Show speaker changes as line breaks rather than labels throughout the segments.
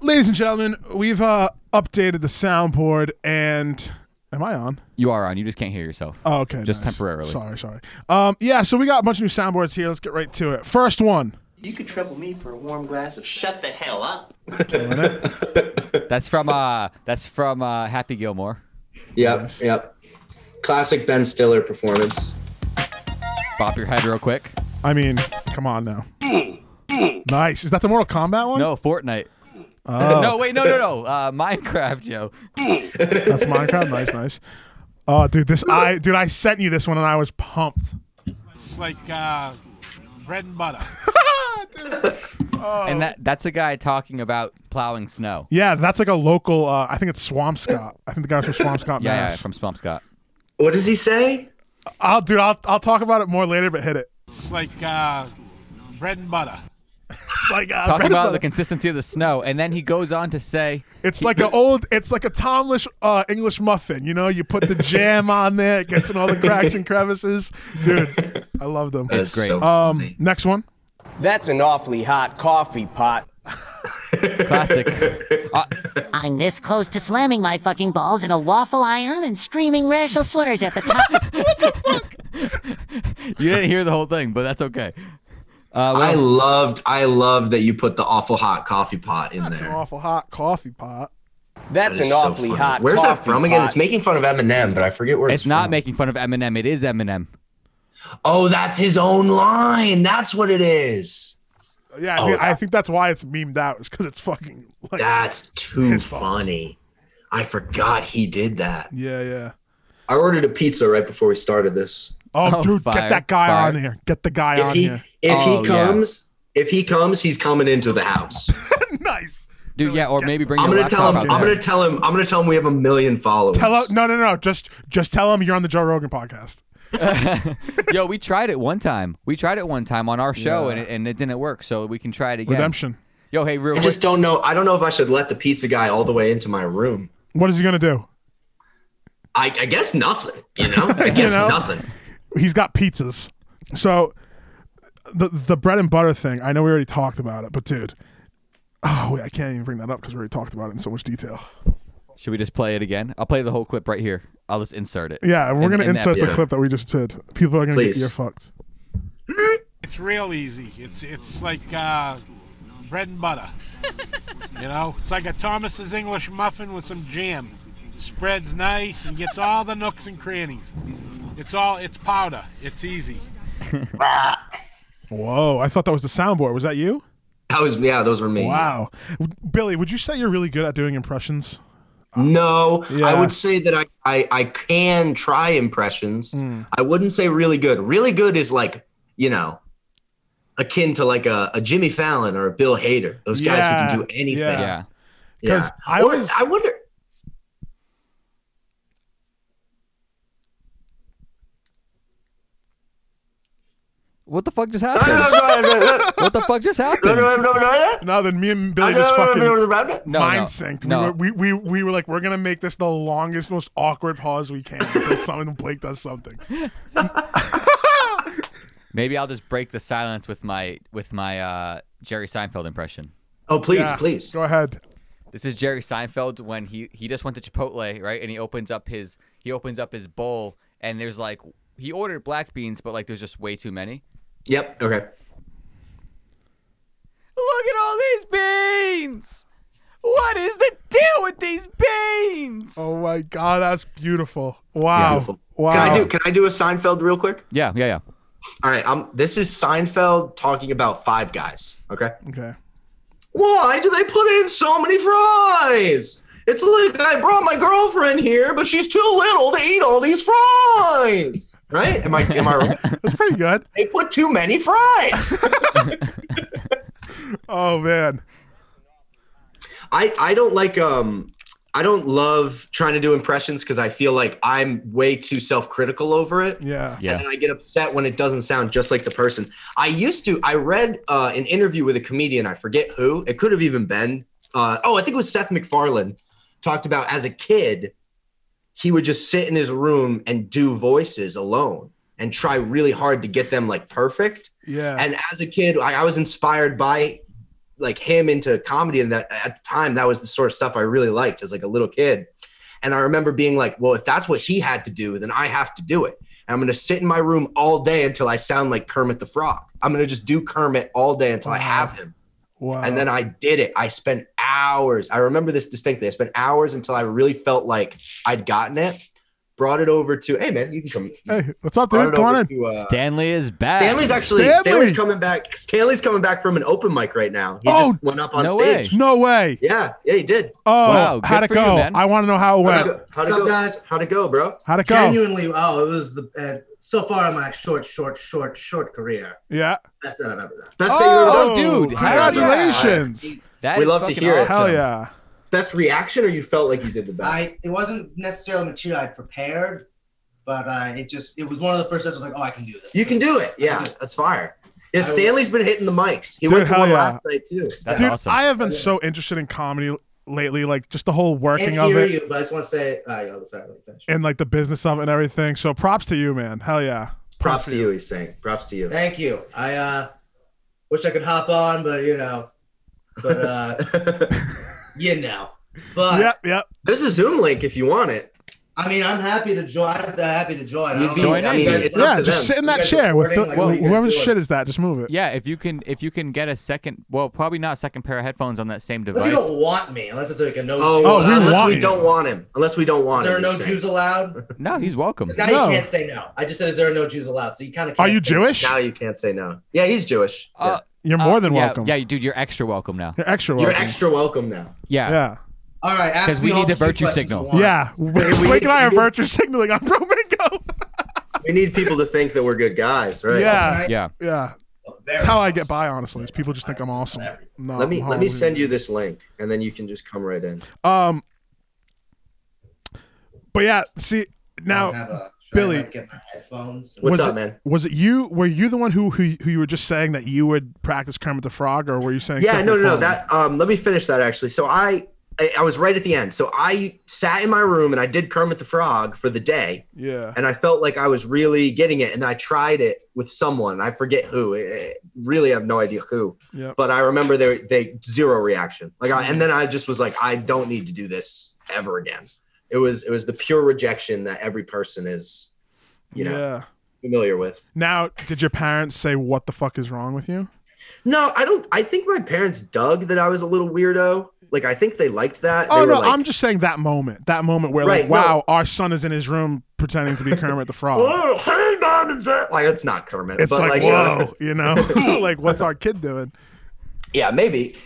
Ladies and gentlemen, we've uh, updated the soundboard and. Am I on?
You are on. You just can't hear yourself.
Oh, okay.
Just
nice.
temporarily.
Sorry, sorry. Um, yeah, so we got a bunch of new soundboards here. Let's get right to it. First one.
You could trouble me for a warm glass of shut the hell up.
That's from uh that's from uh Happy Gilmore.
Yep, yep. Classic Ben Stiller performance.
Bop your head real quick.
I mean, come on now. Nice. Is that the Mortal Kombat one?
No, Fortnite. no, wait, no, no, no. Uh, Minecraft, Joe.
That's Minecraft. Nice, nice. Oh, dude, this I dude, I sent you this one and I was pumped.
It's like uh, bread and butter.
And that that's a guy talking about plowing snow.
Yeah, that's like a local. Uh, I think it's Swampscott. I think the guy's from Swampscott,
Yeah, yeah,
Mass.
from Swamp Scott.
What does he say?
I'll dude, I'll I'll talk about it more later, but hit it.
It's like uh, bread and butter.
It's like uh, bread
Talking about
and
the
butter.
consistency of the snow, and then he goes on to say,
It's like an old. It's like a Tomlish uh, English muffin. You know, you put the jam on there, it gets in all the cracks and crevices. Dude, I love them.
That's
great.
So
Um, next one.
That's an awfully hot coffee pot.
"Classic." Uh,
I'm this close to slamming my fucking balls in a waffle iron and screaming racial slurs at the top.
you didn't hear the whole thing, but that's okay. Uh, what
I
else?
loved, I loved that you put the awful hot coffee pot in
It's an
there.
awful hot coffee pot.
That
That's
is
an
so
awfully
funny.
hot
Where's that
coffee
from again?
pot.
It's making fun of Eminem, but I forget where it's,
it's not
from.
making fun of Eminem. It is Eminem.
Oh, that's his own line. That's what it is.
Yeah, I,
Oh,
think, I
that's-
think that's why it's memed out. It's because it's fucking like.
That's too
His fault.
funny. I forgot he did that.
Yeah, yeah.
I ordered a pizza right before we started this.
Oh,
Oh,
dude,
fire,
get that guy
fire.
on here. Get the guy
If
on
he
here.
if
Oh,
he
yeah.
comes, if he comes, he's coming into the house.
nice.
Dude, yeah, or maybe bring
I'm
your
gonna tell him.
laptop
I'm
out there.
gonna tell him. I'm gonna tell him we have a million followers.
Hello. No, no, no. Just, just tell him you're on the Joe Rogan podcast.
Yo, we tried it one time. We tried it one time on our show, and, it, and it didn't work. So we can try it again.
Redemption.
Yo, hey, real
I
quick.
just don't know. I don't know if I should let the pizza guy all the way into my room.
What is he gonna do?
I, I guess nothing. You know. I guess
know?
nothing.
He's got pizzas. So, the the bread and butter thing. I know we already talked about it, but dude, oh wait, I can't even bring that up because we already talked about it in so much detail.
Should we just play it again? I'll play the whole clip right here. I'll just insert it.
Yeah, we're
In-
gonna
in the
insert the
episode.
clip that we just did. People are gonna
Please.
get ear fucked.
It's real easy. It's it's like uh, bread and butter. you know, it's like a Thomas's English muffin with some jam. Spreads nice and gets all the nooks and crannies. It's all it's powder. It's easy.
Whoa! I thought that was the soundboard. Was that you?
That was yeah. Those were me.
Wow, W- Billy. Would you say you're really good at doing impressions?
No,
Yeah.
I would say that I, I I can try impressions.
Hmm.
I wouldn't say really good. Really good is like you know, akin to like a, a Jimmy Fallon or a Bill Hader. Those guys who
Yeah,
can do anything.
yeah.
Yeah.
'Cause I
Or-
always-
I wonder.
What the fuck just happened? what the fuck just happened?
No, then me and Billy just fucking
No,
mind
no,
synced.
no.
We, were, we, we, we were like, we're going to make this the longest, most awkward pause we can until someone Blake does something.
Maybe I'll just break the silence with my with my uh, Jerry Seinfeld impression.
Oh please,
Yeah,
please.
Go ahead.
This is Jerry Seinfeld when he he just went to Chipotle, right? And he opens up his he opens up his bowl and there's like he ordered black beans, but like there's just way too many.
Yep. Okay.
Look at all these beans! What is the deal with these beans?
Oh my God, that's beautiful. Wow.
Beautiful.
Wow.
Can I do? Can I do a Seinfeld real quick?
Yeah, yeah, yeah.
All right. Um. This is Seinfeld talking about Five Guys. Okay.
Okay.
Why do they put in so many fries? It's like I brought my girlfriend here, but she's too little to eat all these fries. Right? Am I am I right?
That's pretty good.
They put too many fries.
Oh, man.
I I don't like um I don't love trying to do impressions because I feel like I'm way too self-critical over it.
Yeah.
Yeah.
And then I get upset when it doesn't sound just like the person. I used to, I read uh, an interview with a comedian, I forget who, it could have even been, uh, oh, I think it was Seth MacFarlane, talked about as a kid, he would just sit in his room and do voices alone and try really hard to get them like perfect.
Yeah.
And as a kid, I, I was inspired by like him into comedy, and that at the time that was the sort of stuff I really liked as like a little kid. And I remember being like, well, if that's what he had to do, then I have to do it. And I'm going to sit in my room all day until I sound like Kermit the Frog. I'm going to just do Kermit all day until I have him.
Wow.
And then I did it. I spent hours. I remember this distinctly. I spent hours until I really felt like I'd gotten it. Brought it over to, hey man, you can come.
hey, what's up,
Brought
dude?
it
Come on
over
in.
to, uh,
Stanley is back.
Stanley's actually
Stanley!
Stanley's coming back. Stanley's coming back from an open mic right now. He
Oh,
just went up on
no
stage.
way.
No way.
Yeah, yeah, he did.
Oh,
Wow, good
how'd it
for you,
go?
man.
I want to know how it went.
How'd it go? How'd it
What's up,
go?
guys?
How'd it go, bro?
How'd it go?
Genuinely, oh, it was the uh, so far in my short, short, short, short career.
yeah.
Best that I've ever done.
Best thing you ever
Oh,
done.
dude, hell
Congratulations.
That
We
is
love to
fucking
hear it.
awesome.
Hell yeah.
Best reaction, or you felt like you did the best?
I it wasn't necessarily material I prepared, but uh, it just it was one of the first steps. I was like, oh, I can do this.
you can do it. Yeah, that's fire. Yeah,
I will-
Stanley's been hitting the mics. He
Dude,
went to
hell
one
yeah.
last night too.
That's
Dude,
awesome.
I have been so interested in comedy lately, like just the whole
I
working
can't
of
hear
it
you, but I just want to say, uh, yeah, sorry, let me finish.
and like the business of it and everything. So props to you, man. Hell yeah.
Props to you. He's saying. Props to you.
Thank you. I uh, wish I could hop on, but you know, but uh, you know, but
Yep, yep.
There's a Zoom link if you want it.
I mean, I'm happy to join. I'm happy to join. I
You'd
don't
be-
know.
I mean, it's
Yeah,
up to
just
them.
sit in
You
that
guys are
chair with the,
recording, like, what are you guys
whoever's
doing?
shit is that. Just move it.
Yeah, if you can if you can get a second well, probably not second pair of headphones on that same
Unless
device.
you don't want me, unless it's like a no.
Oh,
Oh,
well,
we
unless
want
we
him.
don't want him. Unless we don't want
there are
him.
no
he's saying.
Jews allowed.
No, he's welcome.
Now
No.
you can't say no. I just said, is there are no Jews allowed? So you kind of.
Are you Jewish?
Now you can't say no. Yeah, he's Jewish.
Uh,
You're more
Uh,
than
yeah,
welcome.
Yeah, dude, you're extra welcome now.
You're extra
yeah. You're
welcome.
extra welcome now.
Yeah.
Yeah.
All right, ask
'Cause we
me all
need the
few
virtue
questions you
signal.
want.
Yeah. Blake and I are virtue signaling on Promingo.
We need people to think that we're good guys, right?
Yeah.
Right?
Yeah.
Yeah.
Very
That's how I
much.
get by, honestly. Is people just think I'm awesome. No,
Let me
I'm
let me
horrible.
send you this link, and then you can just come right in.
Um. But yeah, see
I
now,
have a- should I,
Billy.
like, Get my headphones.
What's
was
up,
it,
man?
Was it you? Were you the one who who who you were just saying that you would practice Kermit the Frog, or were you saying?
Yeah,
something
no, no, no.
fun?
That um, let me finish that actually. So I, I I was right at the end. So I sat in my room and I did Kermit the Frog for the day,
Yeah.
and I felt like I was really getting it. And I tried it with someone. I forget who. I- I really have no idea who.
Yep.
But I remember they they zero reaction. Like, I, and then I just was like, I don't need to do this ever again. It was it was the pure rejection that every person is, you know,
Yeah.
familiar with.
Now, did your parents say what the fuck is wrong with you?
No, I don't. I think my parents dug that I was a little weirdo. Like, I think they liked that. They
oh
were
no,
like-
I'm just saying that moment, that moment where like,
Right, no.
wow, our son is in his room pretending to be Kermit the Frog.
Oh, hey, mom and dad. Like, it's not Kermit.
It's
but
like,
like, uh,
whoa, you know, like what's our kid doing?
yeah, maybe,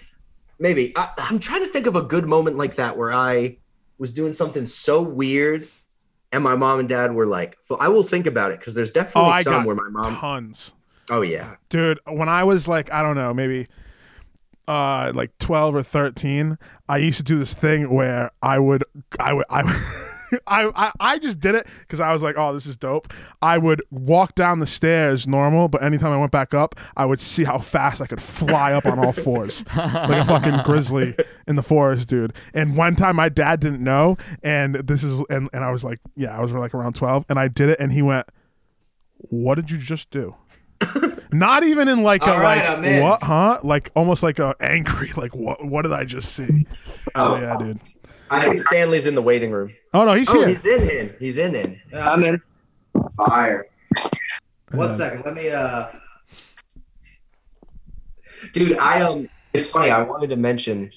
maybe. I, I'm trying to think of a good moment like that where I was doing something so weird, and my mom and dad were like, f- "I will think about it," because there's
Oh,
definitely
I
some
got
where my mom.
tons.
Oh yeah,
dude when i was like i don't know maybe uh like 12 or 13 i used to do this thing where i would i would i would I, I, I just did it because I was like, oh, this is dope. I would walk down the stairs normal, but anytime I went back up, I would see how fast I could fly up on all fours like a fucking grizzly in the forest, dude. And one time my dad didn't know, and this is, and, and I was like, yeah, I was like around 12, and I did it, and he went, what did you just do? Not even in like
All
a
right, I'm
like
in.
what huh? Like almost like a angry like what what did I just see? So yeah, dude.
Oh, I think Stanley's in the waiting room.
Oh no, he's
Oh,
here.
he's in. in. He's in. In.
Yeah.
in. Fire,
One second, let me. uh
dude. I um. It's funny. I wanted to mention.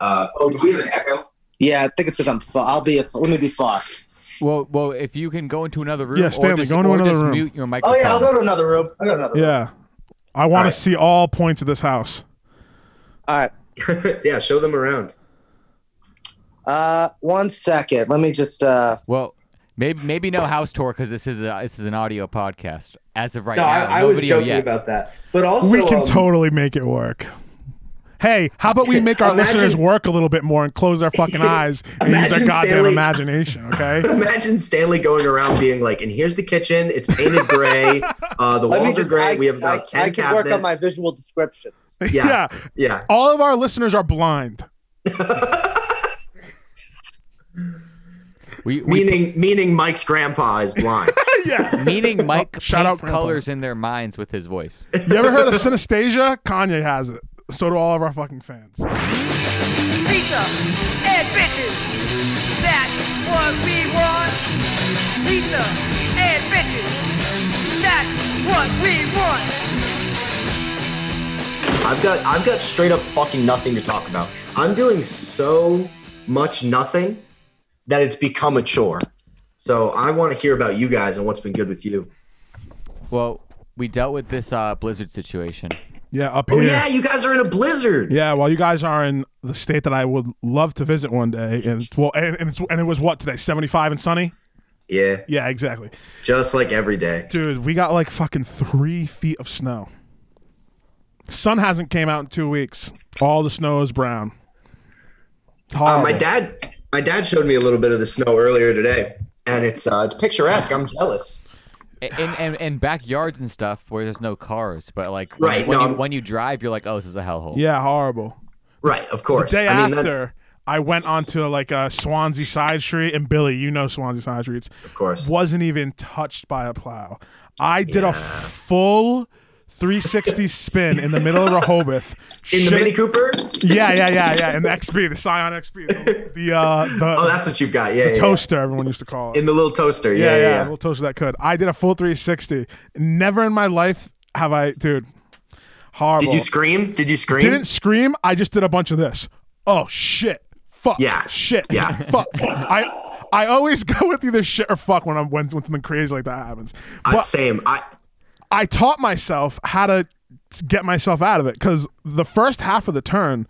Uh, oh, do we have an echo?
Yeah, I think it's because I'm far. I'll be. Let me be far.
Well, well, if you can go into another room,
Yeah,
or
Stanley,
just-
go into
or
another
just
room.
mute your
Oh
microphone.
yeah, I'll go to another room. I go to another. room.
Yeah. I want
All
to
right.
see all points of this house.
All right.
yeah, show them around.
Uh, one second. Let me just. Uh,
Well, maybe maybe no house tour because this is a, this is an audio podcast as of right
No,
now.
I, I
no
was
video
joking
yet.
about that. But also,
we can
um,
totally make it work. Hey, how about we make our
Imagine-
listeners work a little bit more and close our fucking eyes and use our
Imagine
goddamn
Stanley-
imagination, okay?
Imagine Stanley going around being like, "And here's the kitchen. It's painted gray. Uh, the
let me
walls are
just.
gray.
I,
we have about
I,
ten
I can
cabinets."
work on my visual descriptions.
Yeah.
yeah.
yeah,
All of our listeners are blind.
We, we
meaning meaning Mike's grandpa is blind.
yeah.
meaning Mike
shout out
paints
Grandpa.
colors in their minds with his voice.
You ever heard of synesthesia? Kanye has it. So do all of our fucking fans.
pizza and bitches. That's what we want. Pizza and bitches. That's what we want.
I've got I've got straight up fucking nothing to talk about. I'm doing so much nothing that it's become a chore. So I want to hear about you guys and what's been good with you.
Well, we dealt with this uh, blizzard situation.
Yeah, up
Oh
here.
yeah, you guys are in a blizzard.
Yeah, well, you guys are in the state that I would love to visit one day, and it's, well, and, and it's and it was what today, seventy five and sunny.
Yeah,
Yeah, exactly,
just like every day.
dude. We got like fucking three feet of snow. Sun hasn't came out in two weeks. All the snow is brown.
Uh,
Horrible.
my dad, my dad showed me a little bit of the snow earlier today, and it's uh, it's picturesque. I'm jealous.
A- And, and and backyards and stuff where there's no cars, but like when-
Right,
when,
no,
you,
I'm-
when you drive, you're like, oh, this is a hellhole.
Yeah, horrible.
Right, of course.
Day
I mean, that-
after, I went onto like a Swansea side street, and Billy, you know Swansea side streets,
of course.
wasn't even touched by a plow. I did a full 360 spin in the middle of Rehoboth.
in the
Shit-
Mini Cooper?
Yeah, yeah, yeah, yeah. And the XB, the Scion XB, the the, uh, the
Oh, that's what you've got. Yeah, yeah, yeah.
toaster everyone used to call it.
in the little toaster. Yeah,
yeah,
yeah.
yeah,
yeah,
a little toaster that could. I did a full 360. Never in my life have I, dude. Horrible.
Did you scream? Did you scream?
Didn't scream. I just did a bunch of this. Oh shit. Fuck.
Yeah.
Shit.
Yeah.
Fuck. I I always go with either shit or fuck when I'm when, when something crazy like that happens.
I,
But
Uh, same. I
I taught myself how to get myself out of it because the first half of the turn,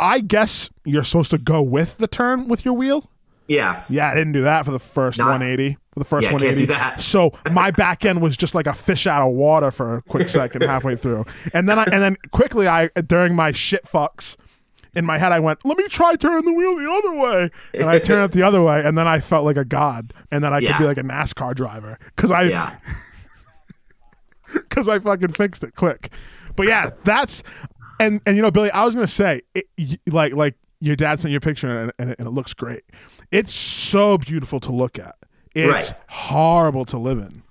I guess you're supposed to go with the turn with your wheel.
yeah.
Yeah, I didn't do that for the first
Not-
180. For the first
Yeah, can't
180.
do that.
So my back end was just like a fish out of water for a quick second halfway through, and then I, and then quickly I during my shit fucks. In my head, I went, "Let me try turning the wheel the other way," and I turned it the other way, and then I felt like a god, and then I
Yeah.
could be like a NASCAR driver because I
Yeah.
because I fucking fixed it quick. But yeah, that's and and you know, Billy, I was gonna say, it, y- like like your dad sent you a picture and, it- and, it, and it looks great. It's so beautiful to look at. It's
Right.
horrible to live in.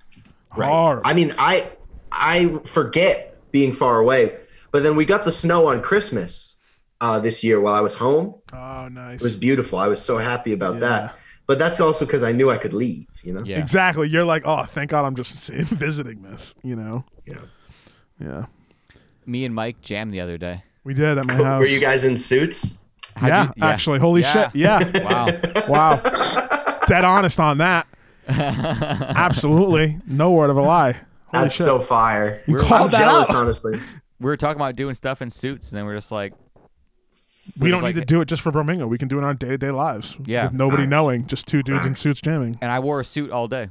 Horrible.
I mean, I I forget being far away, but then we got the snow on Christmas uh, this year while I was home.
oh, nice.
It was beautiful. I was so happy about that. But that's also because I knew I could leave. You know.
Yeah.
Exactly. You're like, oh, thank God, I'm just sitting- visiting this. You know.
Yeah.
Yeah.
Me and Mike jammed the other day.
We did at my house.
Were you guys in suits?
How'd
yeah,
you- yeah.
actually, holy
Yeah.
shit, yeah.
Wow.
wow, dead honest on that. Absolutely, no word of a lie. Holy
That's
shit.
so fire.
you
We're-
called
I'm
that
jealous,
out.
honestly.
we were talking about doing stuff in suits, and then we are just like,
we
Which
don't
is
need
like-
to do it just for Bromingo. We can do it in our day to day lives.
Yeah.
With nobody
Facts.
knowing, just two dudes in
Facts.
suits jamming.
and I wore a suit all day.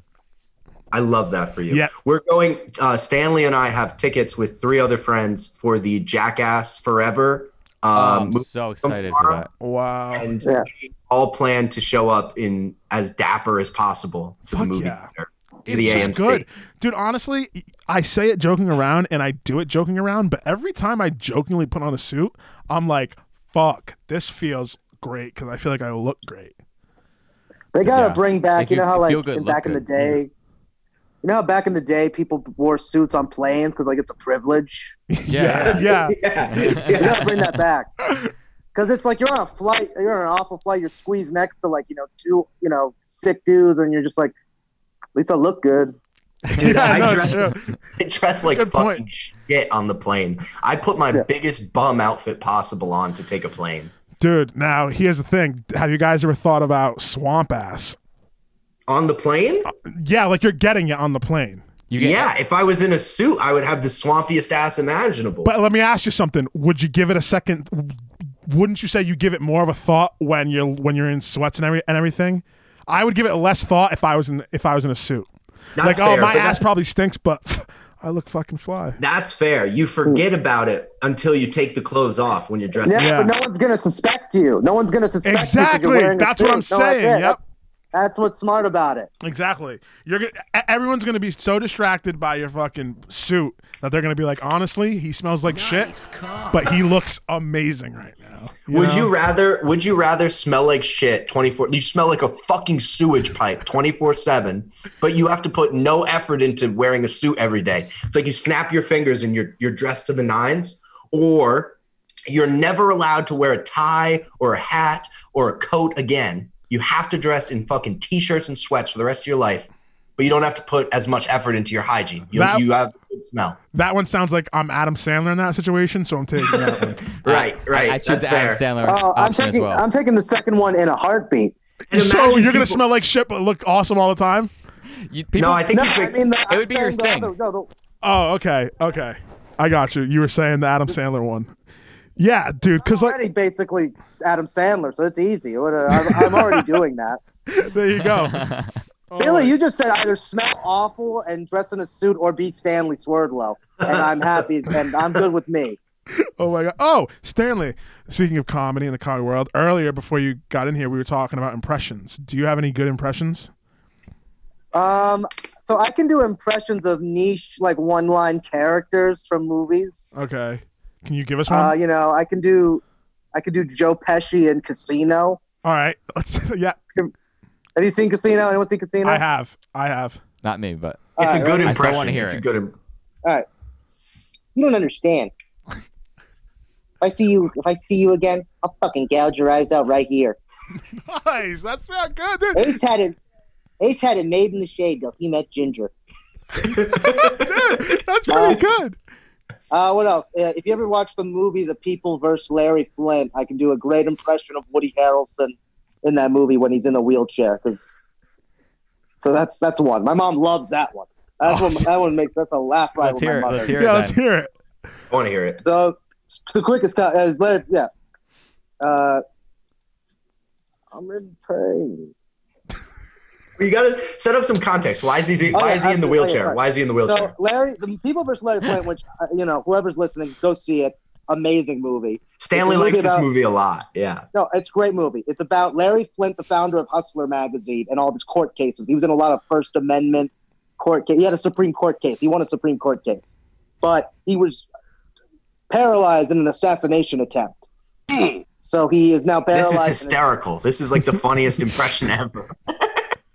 I love that for you.
Yeah.
We're going, uh, Stanley and I have tickets with three other friends for the Jackass Forever.
Oh,
Um,
I'm so excited for that.
Wow.
and
Yeah.
we all plan to show up in as dapper as possible to
Fuck
the movie
yeah.
theater, to
it's
the
just
AMC.
good. Dude, honestly, I say it joking around and I do it joking around, but every time I jokingly put on a suit, I'm like, fuck, this feels great because I feel like I look great.
They gotta
Yeah.
bring
Like,
back. You,
you-
know how
you
like
feel good,
in-
look
back in the
good.
day. You know how back in the day people wore suits on planes because like it's a privilege.
Yeah.
yeah.
Yeah.
You gotta bring that back because it's like you're on a flight. You're on an awful flight. You're squeezed next to like you know two you know sick dudes, and you're just like, at least I look good.
Dude,
Yeah,
I,
no,
dress,
true.
I dress like
Good
fucking
point.
shit on the plane. I put my
Yeah.
biggest bum outfit possible on to take a plane.
Dude, now here's the thing. Have you guys ever thought about swamp ass?
On the plane?
Yeah, like you're getting it on the plane.
You get,
yeah, if I was in a suit, I would have the swampiest ass imaginable.
But let me ask you something. Would you give it a second? Wouldn't you say you give it more of a thought when you're when you're in sweats and every and everything? I would give it less thought if I was in if I was in a suit.
That's
like, oh,
fair,
my
but
ass
that-
probably stinks, but I look fucking fly.
That's fair. You forget about it until you take the clothes off when you're dressed.
Yeah,
Yeah.
but no one's gonna suspect you. No one's gonna suspect you. 'cause
Exactly.
You're wearing a
That's what I'm
suit. No, that's
saying. Yep.
it. That's, that's what's smart about it.
Exactly. You're gonna, e- everyone's gonna be so distracted by your fucking suit that they're gonna be like, honestly, he smells like shit, but he looks amazing right now.
Would
know?
you rather? Would you rather smell like shit twenty four? You smell like a fucking sewage pipe twenty four seven, but you have to put no effort into wearing a suit every day. It's like you snap your fingers and you're you're dressed to the nines, or You're never allowed to wear a tie or a hat or a coat again. You have to dress in fucking t-shirts and sweats for the rest of your life, but you don't have to put as much effort into your hygiene. You,
That-
you have good smell.
That one sounds like I'm Adam Sandler in that situation, so I'm taking that one.
Right, right.
I choose
That's
Adam
fair.
Sandler
Oh, I'm
option as
taking
well.
I'm taking the second one in a heartbeat.
And
so you're
imagine
gonna
people-
smell like shit but look awesome all the time.
You- people-
No, I think
No,
you
I
picked.
mean the,
It would be your
I'm saying the
thing.
other- no, the-
Oh, okay, okay. I got you. You were saying the Adam Sandler one. Yeah, dude. Because like,
already basically Adam Sandler, so it's easy. What a- I'm, I'm already doing that.
there you go. Oh,
Billy, you just said either smell awful and dress in a suit or be Stanley Swerdlow, and I'm happy and I'm good with me.
Oh my god. Oh, Stanley. Speaking of comedy in the comedy world, earlier before you got in here, we were talking about impressions. Do you have any good impressions?
Um, so I can do impressions of niche like one-line characters from movies.
Okay. Can you give us one?
Uh, you know, I can do, I can do Joe Pesci in Casino.
All right. Let's. Yeah,
Have you seen Casino? Anyone seen Casino?
I have. I have.
Not me, but
It's a
Alright,
good
I still wanna
impression.
hear
It's a
it.
good. Im-
You don't understand. if I see you, if I see you again, I'll fucking gouge your eyes out right here.
Nice. That's not good, dude.
Ace had it. Ace had it made in the shade though. He met Ginger.
dude that's pretty good.
Uh, what else? Uh, if you ever watch the movie The People vs. Larry Flint, I can do a great impression of Woody Harrelson in that movie when he's in a wheelchair. 'cause- so that's that's one. My mom loves that one. That's one. That one makes that's a laugh
Oh,
right
let's
with my
hear it.
mother.
Let's hear
yeah,
it.
let's
Then.
hear it.
I want to hear it.
So the quickest cut uh, Larry, yeah. Uh, I'm in pain.
You got to set up some context. Why is he? Why
yeah,
is he in the
absolutely. Oh, yeah,
wheelchair?
sorry.
Why is he in the
So
wheelchair?
Larry, the People vs. Larry Flint, which uh, you know, whoever's listening, go see it. Amazing movie.
Stanley
it's a
likes
movie
this
about-
movie a lot. Yeah.
No, it's a great movie. It's about Larry Flint, the founder of Hustler magazine, and all of his court cases. He was in a lot of First Amendment court case. He had a Supreme Court case. He won a Supreme Court case, but he was paralyzed in an assassination attempt. So he is now
Hmm. This
paralyzed.
is
and-
hysterical. This is like the funniest impression ever.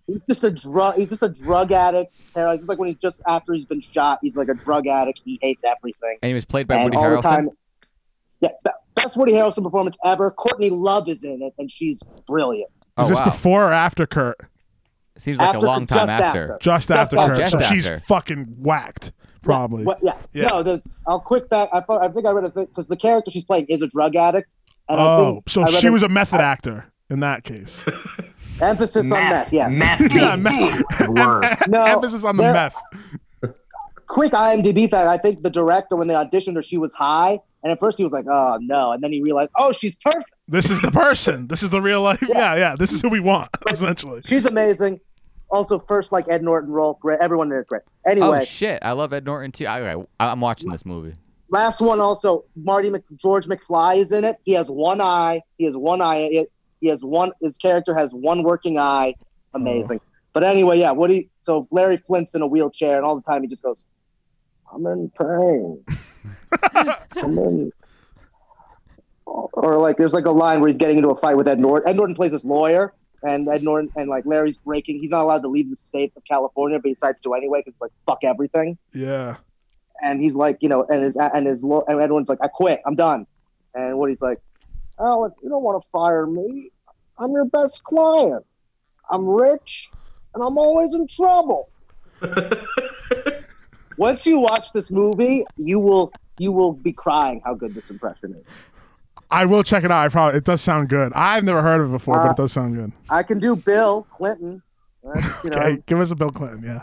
He's just a drug. He's just a drug addict. Paralyzed. It's like when he's just after he's been shot. He's like a drug addict. He hates everything.
And he was played by
and
Woody
all
Harrelson.
the time. Yeah, be- best Woody Harrelson performance ever. Courtney Love is in it, and she's brilliant.
Oh
Is this
wow!
before or after Kurt?
Seems like
After-
a long time
just
after.
after.
Just, after
after.
Kurt.
Just
so she's
after.
fucking whacked, probably.
What, yeah.
Yeah.
No, there's, I'll quick back. I, thought- I think I read a thing because the character she's playing is a drug addict. And I
oh,
think
so
I read
she
an
was a method actor in that case.
emphasis on
Meth.
meth. Yeah.
Meth.
Yeah,
being
meth.
a word.
No,
Emphasis on the
there-
meth.
Quick IMDb fact. I think the director when they auditioned her, she was high, and at first he was like, "Oh no," and then he realized, "Oh, she's perfect.
This is the person. This is the real life. Yeah, yeah. This is who we want, essentially.
She's amazing." Also, first like Ed Norton role, great. Everyone did great. Anyway,
Oh shit! I love Ed Norton too. I, I, I'm watching this movie.
last one also Marty Mc, George McFly is in it. He has one eye. He has one eye. He- He has one. His character has one working eye. Amazing. But anyway, yeah. What he so Larry Flint's in a wheelchair, and all the time he just goes, "I'm in pain." I'm in. Or like, there's like a line where he's getting into a fight with Ed Norton. Ed Norton plays his lawyer, and Ed Norton and like Larry's breaking. He's not allowed to leave the state of California, but he decides to anyway because like fuck everything
Yeah.
and he's like, you know, and his and his lo- and everyone's like, I quit, I'm done. And what he's like, Alec, you don't want to fire me. I'm your best client. I'm rich, and I'm always in trouble. Once you watch this movie, you will you will be crying how good this impression is.
I will check it out. I probably it does sound good. I've never heard of it before, but
Uh,
it does sound good.
I can do Bill Clinton. That's, you know,
Okay, give us a Bill Clinton. Yeah.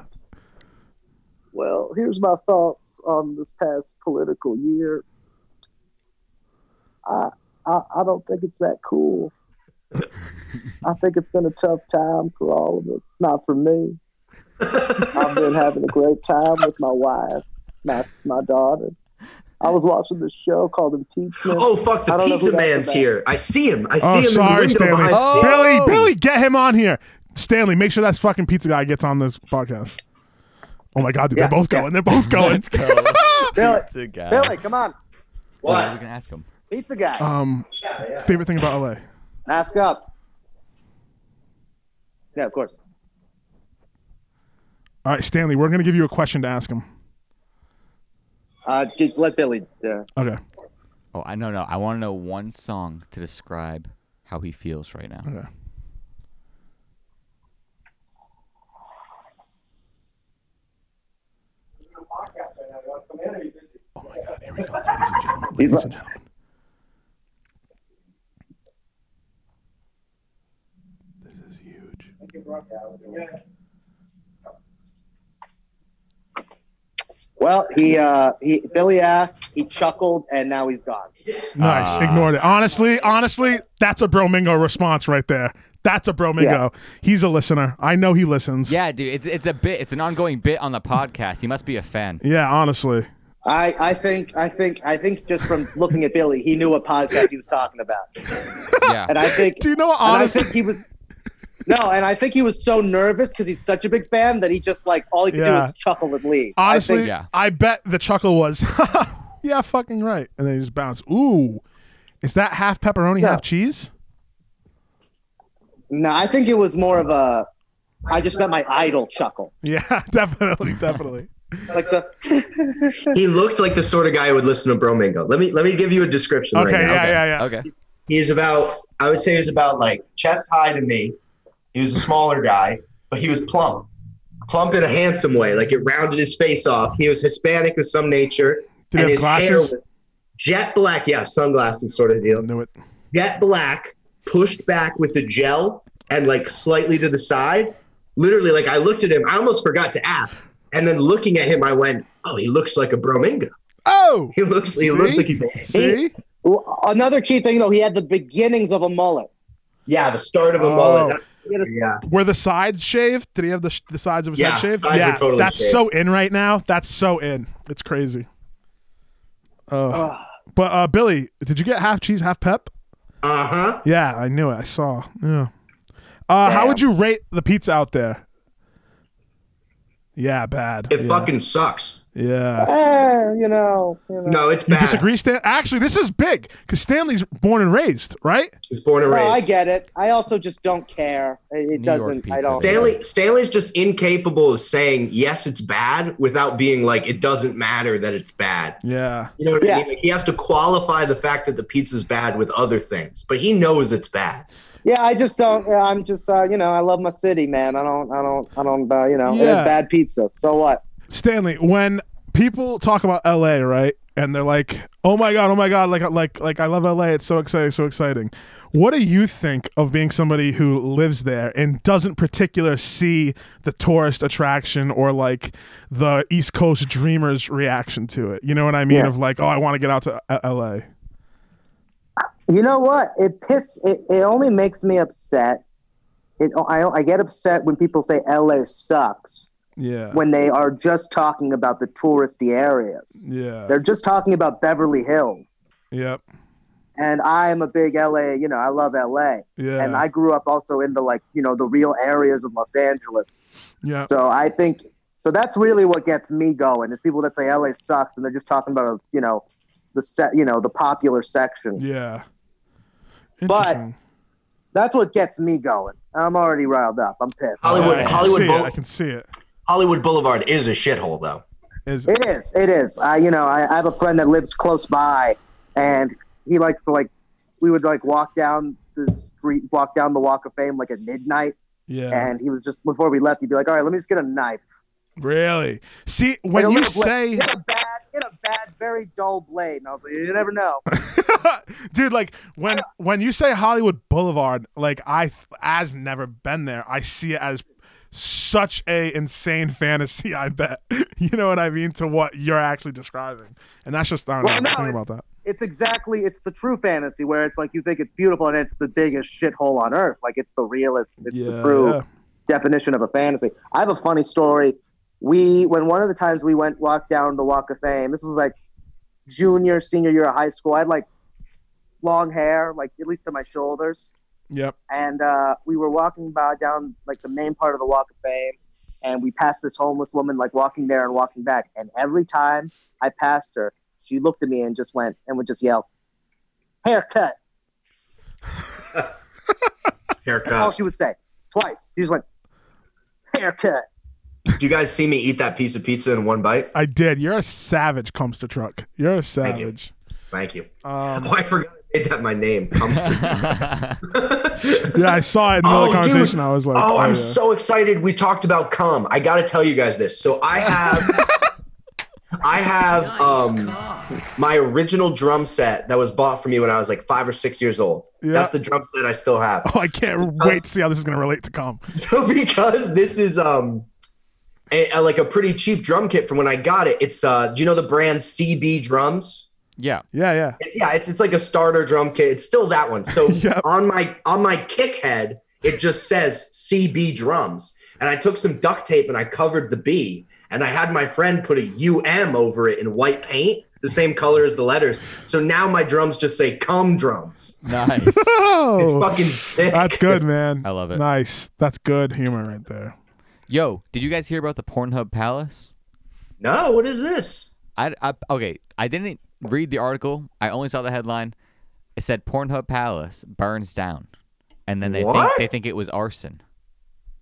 Well, here's my thoughts on this past political year. I I, I don't think it's that cool. I think it's been a tough time for all of us. Not for me. I've been having a great time with my wife, my my daughter. I was watching this show called Impeachment.
Oh fuck!
I
The
don't know who
pizza
that's
man's
about.
here. I see him. I see
Oh,
him
sorry,
in the window
Stanley.
behind Stan-
Oh!
Billy, Billy, get him on here. Stanley, make sure that fucking pizza guy gets on this podcast. Oh my god, dude,
Yeah,
they're both
yeah.
going. They're both going.
Billy,
Pizza guy.
Billy, come on,
What? We
What?
can ask him.
pizza guy,
um, favorite thing about LA.
mask up. Yeah, of course.
All right, Stanley, we're gonna give you a question to ask him.
Uh, just let Billy. Uh,
Okay.
Oh, I no no. I want to know one song to describe how he feels right now.
Okay.
Oh
my god, here we go, ladies and gentlemen.
Ladies
and gentlemen. This is huge.
Well, he uh, he Billy asked, he chuckled, and now he's gone.
Nice.
Ah.
Ignored it. Honestly, honestly, that's a bromingo response right there. That's a bromingo. He's a listener. I know he listens.
Yeah, dude, it's it's a bit. It's an ongoing bit on the podcast. He must be a fan.
Yeah, honestly.
I, I think I think I think just from looking at Billy, he knew what podcast he was talking about.
Yeah.
And I think
Do you know what
and
honest-
I think he was No, and I think he was so nervous because he's such a big fan that he just like all he could do
Yeah.
was chuckle and leave. I
Honestly, I,
think-
bet the chuckle was, yeah, fucking right. And then he just bounced. Ooh, is that half pepperoni, half cheese?
No, I think it was more of a I just met my idol chuckle.
Yeah, definitely, definitely.
Like the
he looked like the sort of guy who would listen to Bromingo. Let me let me give you a description.
Okay,
right now.
yeah, yeah, yeah.
Okay.
He's about I would say he's about like chest high to me. He was a smaller guy, but he was plump. Plump in a handsome way, like it rounded his face off. He was Hispanic of some nature.
Did he have
his
glasses?
jet black, yeah, sunglasses sort of deal.
Knew it.
Jet black, pushed back with the gel and like slightly to the side. Literally, like I looked at him, I almost forgot to ask. And then looking at him, I went, Oh, he looks like a bromingo.
Oh,
He looks he looks like he
See?
Well, another key thing though, he had the beginnings of a mullet.
Yeah, the start of a
Oh.
mullet.
He had a-
Yeah.
Were the sides shaved? Did he have the, sh- the sides of his
Yeah,
head shaved?
sides were
yeah,
totally
that's
shaved.
so in right now. That's so in. It's crazy. Uh,
Ugh.
but uh, Billy, did you get half cheese, half pep?
Uh
Uh-huh.
huh.
Yeah, I knew it. I saw. Yeah. Uh, how would you rate the pizza out there? Yeah, bad.
It
yeah.
fucking sucks.
yeah.
Eh, you know, you know.
No, it's
You
bad.
disagree, Stan? Actually, this is big because Stanley's born and raised, right?
He's born and
No,
raised.
I get it. I also just don't care. It, it
New York
doesn't. I
pizza.
don't.
Stanley Stanley's just incapable of saying yes, it's bad without being like it doesn't matter that it's bad.
Yeah.
You know what
Yeah.
I mean? Like, he has to qualify the fact that the pizza's bad with other things, but he knows it's bad.
Yeah, I just don't. yeah, I'm just. Uh, you know, I love my city, man. I don't. I don't. I don't. Uh, you know, it
Yeah.
has bad pizza. So what?
Stanley, when people talk about LA, right? And they're like, "Oh my god, oh my god, like like like I love LA. It's so exciting, so exciting." What do you think of being somebody who lives there and doesn't particular see the tourist attraction or like the East Coast dreamers reaction to it? You know what I mean?
Yeah.
Of like, "Oh, I want to get out to uh, LA."
You know what? It piss. It, it only makes me upset. It. I. I get upset when people say L.A. sucks
Yeah.
when they are just talking about the touristy areas.
yeah.
They're just talking about Beverly Hills,
Yep.
and I am a big L.A. You know, I love L.A.
Yeah.
And I grew up also in the like you know the real areas of Los Angeles.
yeah.
So I think so. That's really what gets me going is people that say LA sucks and they're just talking about you know the set, you know the popular section.
Yeah.
But-
Interesting.
That's what gets me going. I'm already riled up. I'm pissed.
Hollywood-
Yeah, I can
Hollywood
see it.
Bowl-
I can see it.
Hollywood Boulevard is a shithole though.
Is
It is. It is. I you know I, I have a friend that lives close by, and he likes to like we would like walk down the street, walk down the Walk of Fame like at midnight,
yeah.
and he was just before we left, he'd be like, "All right, let me just get a knife."
Really? See,
Like
when
a
you
little blade.
say
get a bad, get a bad, very dull blade, and I was like, "You never know."
dude like when when you say hollywood boulevard like i as never been there i see it as such a insane fantasy i bet you know what i mean to what you're actually describing and that's just i don't
Well,
know
no,
think
it's-
about that
it's exactly it's the true fantasy where it's like you think it's beautiful and it's the biggest shithole on earth. Like it's the realest, it's the true
yeah
definition of a fantasy. I have a funny story. We when one of the times we went walked down the Walk of Fame. This was like junior, senior year of high school. I had like long hair, like at least to my shoulders
yep
and uh, we were walking by down like the main part of the Walk of Fame, and we passed this homeless woman like walking there and walking back, and every time I passed her, she looked at me and just went and would just yell, "Haircut!" That's all
Haircut.
she would say twice. She just went, "Haircut."
Do you guys see me eat that piece of pizza in one bite?
i did you're a savage comster truck you're a
you.
savage
Thank you.
Um,
oh, I forgot I made that my name. Comster.
yeah, I saw it in another
oh,
conversation.
dude.
I was like,
oh, I'm
yeah.
so excited. We talked about cum. I got to tell you guys this. So I have, I have um, my original drum set that was bought for me when I was like five or six years old.
Yeah.
That's the drum set I still have.
Oh, I can't wait to see how this is going to relate to come.
So because this is um a, a- like a pretty cheap drum kit from when I got it. It's uh do you know the brand CB drums?
Yeah.
Yeah, yeah.
It's, yeah, it's it's like a starter drum kit. It's still that one. So on my on my kick head, it just says CB drums. And I took some duct tape and I covered the B and I had my friend put a UM over it in white paint, the same color as the letters. So now my drums just say cum drums.
Nice.
Oh,
It's fucking sick.
That's good, man.
I love it.
Nice. That's good humor right there.
Yo, did you guys hear about the Pornhub Palace?
No, what is this?
I, I okay. I didn't read the article. I only saw the headline. It said Pornhub Palace burns down, and then they think
What?
they think it was arson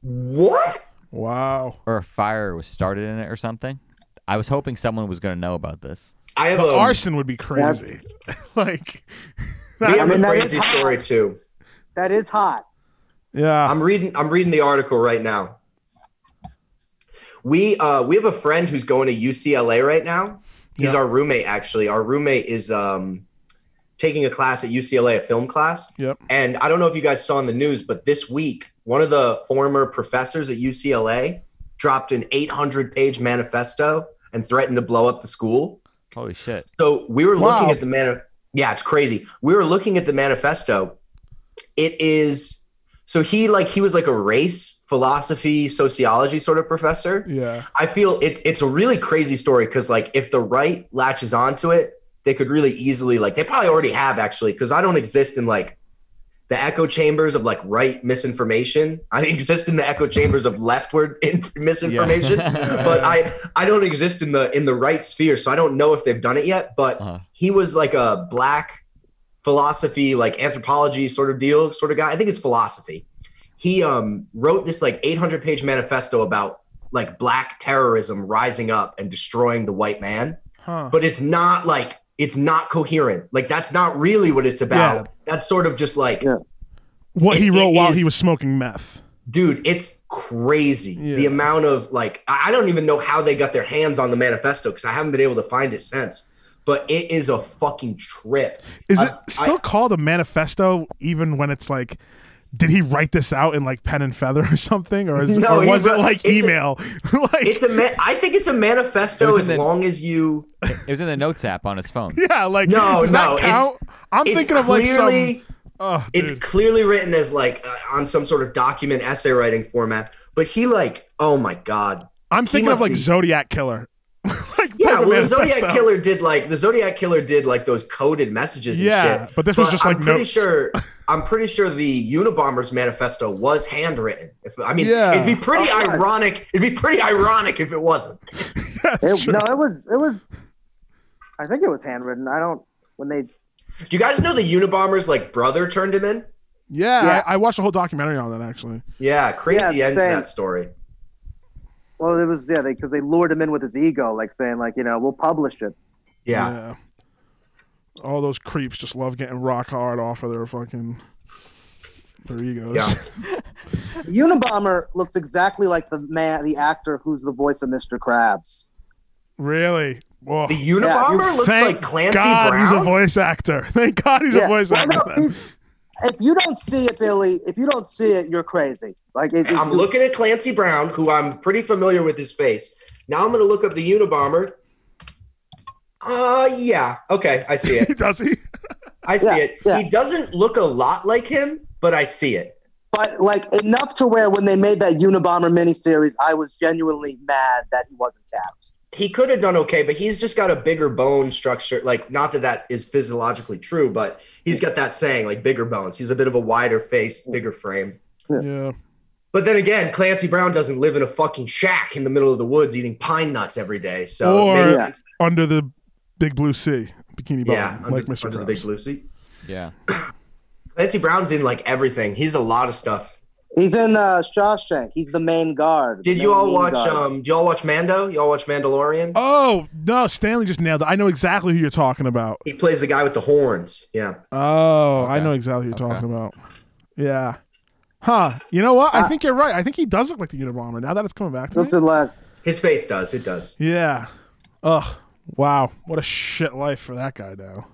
What?
Wow.
or a fire was started in it or something. I was hoping someone was gonna know about this.
I have
But
a
arson would be crazy. like,
We have
I mean,
a
that is
crazy
hot.
story too.
That is hot.
yeah.
I'm reading. I'm reading the article right now. We uh, we have a friend who's going to UCLA right now. He's
Yeah.
our roommate actually. Our roommate is um, taking a class at UCLA, a film class.
Yep.
And I don't know if you guys saw in the news, but this week one of the former professors at UCLA dropped an 800-page manifesto and threatened to blow up the school.
Holy shit!
So we were
Wow.
looking at the man. Yeah, it's crazy. We were looking at the manifesto. It is so he like he was like a race philosophy sociology sort of professor.
Yeah.
I feel it's it's a really crazy story because like if the right latches onto it, they could really easily like they probably already have actually because I don't exist in like the echo chambers of like right misinformation. I exist in the echo chambers of leftward in- misinformation, but I I don't exist in the in the right sphere, so I don't know if they've done it yet. But
Uh-huh.
he was like a black philosophy, like anthropology sort of deal, sort of guy. I think it's philosophy. He um wrote this like 800 page manifesto about like black terrorism rising up and destroying the white man
Huh.
but it's not like it's not coherent. Like that's not really what it's about.
Yeah.
That's sort of just like,
Yeah.
What he
it-
wrote
it
while
is-
he was smoking meth.
dude, it's crazy. The
Yeah.
amount of like, I I don't even know how they got their hands on the manifesto because I haven't been able to find it since. But it is a fucking trip.
Is
I-
it still called a manifesto even when it's like did he write this out in like pen and feather or something or, is,
No,
or
he
was it
wrote-
like
it's a-
email? like
It's a. Ma- I think it's a
It
manifesto
was
as
in the-
long as you.
It was in the notes app on his phone.
yeah, like
No,
does
no,
that
it's-
count? I'm
it's
thinking of like
clearly-
some Oh,
it's
dude.
clearly written as like uh, on some sort of document essay writing format. But he like, oh my god,
I'm thinking of
must
like
be-
Zodiac Killer. like
Yeah,
Puppet
well, the
Manifesto.
Zodiac Killer did like the Zodiac Killer did like those coded messages. And
Yeah,
shit.
but this was just,
I'm
like,
pretty
notes.
sure. I'm pretty sure the Unabomber's manifesto was handwritten. If I mean,
Yeah.
it'd be pretty
Oh, God.
ironic. It'd be pretty ironic if it wasn't.
That's
It,
true.
no, it was it was. I think it was handwritten. I don't when they.
Do you guys know the Unabomber's like brother turned him in?
Yeah,
Yeah.
I, I watched a whole documentary on that actually.
Yeah, crazy
Yeah,
end to
same.
that story.
Well, it was yeah, because they lured him in with his ego, like saying like you know we'll publish it.
Yeah.
All those creeps just love getting rock hard off of their fucking their egos.
Yeah.
Unabomber looks exactly like the man, the actor who's the voice of Mr. Krabs.
Really? Whoa.
The Unabomber
Yeah,
looks
Thank
like Clancy
God
Brown.
he's a voice actor. Thank God he's a
Yeah.
voice
Well,
actor.
no,
then.
he's- if you don't see it, Billy, if you don't see it, you're crazy. Like it,
I'm
it-
looking at Clancy Brown, who I'm pretty familiar with his face. Now I'm going to look up the Unabomber. Uh, yeah. Okay, I see it.
He does he?
I see
Yeah,
it.
yeah.
He doesn't look a lot like him, but I see it.
But like enough to where when they made that Unabomber miniseries, I was genuinely mad that he wasn't cast.
He could have done okay, but he's just got a bigger bone structure. Like, not that that is physiologically true, but he's got that saying, like bigger bones. He's a bit of a wider face, bigger frame.
Yeah.
But then again, Clancy Brown doesn't live in a fucking shack in the middle of the woods eating pine nuts every day. So,
Or-
it makes
Yeah.
sense.
Under the big blue sea, bikini bottom,
yeah, under,
like Mr.
under the
Krabs.
big blue sea.
Yeah.
Clancy Brown's in like everything. He's a lot of stuff.
He's in uh, Shawshank. He's the main guard.
Did
the
you
main
all
mean
watch?
guard.
Um, y'all watch Mando? Y'all watch Mandalorian?
Oh no, Stanley just nailed it. I know exactly who you're talking about.
He plays the guy with the horns. Yeah.
Oh, I know exactly who you're talking about. Yeah. Huh. You know
Ah.
what? I think you're right. I think he does look like the Unabomber now that it's coming back to me.
His face does. It does.
Yeah. Ugh. Wow. What a shit life for that guy now.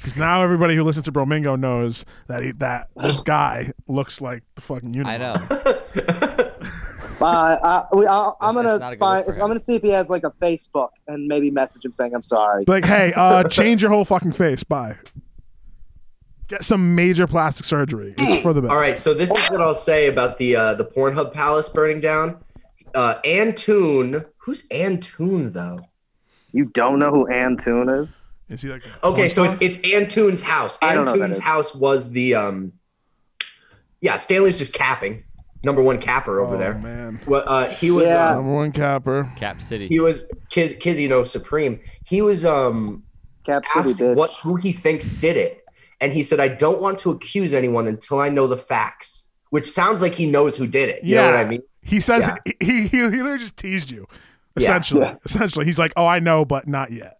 Because now everybody who listens to Bromingo knows that he, that this guy looks like the fucking Unabomber. I know.
Uh, I, we, I, I'm
That's- that's
gonna
not a good
find,
look
I'm
for
gonna see if he has like a Facebook and maybe message him saying I'm sorry.
Like, hey, uh, change your whole fucking face. Bye. Get some major plastic surgery. It's for the best.
All right, so this is what I'll say about the uh, the Pornhub Palace burning down. Uh, Antoon, who's Antoon though?
You don't know who Antoon is?
Is he like
Okay, so it's it's Antoon's house.
I don't know who that
Antoon's
is.
house was the um. Yeah, Stanley's just capping. Number one capper over there.
Oh, man.
Well, uh, he was uh,
number one capper.
Cap City.
He was Kiz Kizino Supreme. He was um asked what who he thinks did it, and he said, "I don't want to accuse anyone until I know the facts." Which sounds like he knows who did it. You know what I mean?
He says
Yeah.
he, he he literally just teased you.
Yeah.
Essentially,
Yeah.
essentially, he's like, "Oh, I know, but not yet."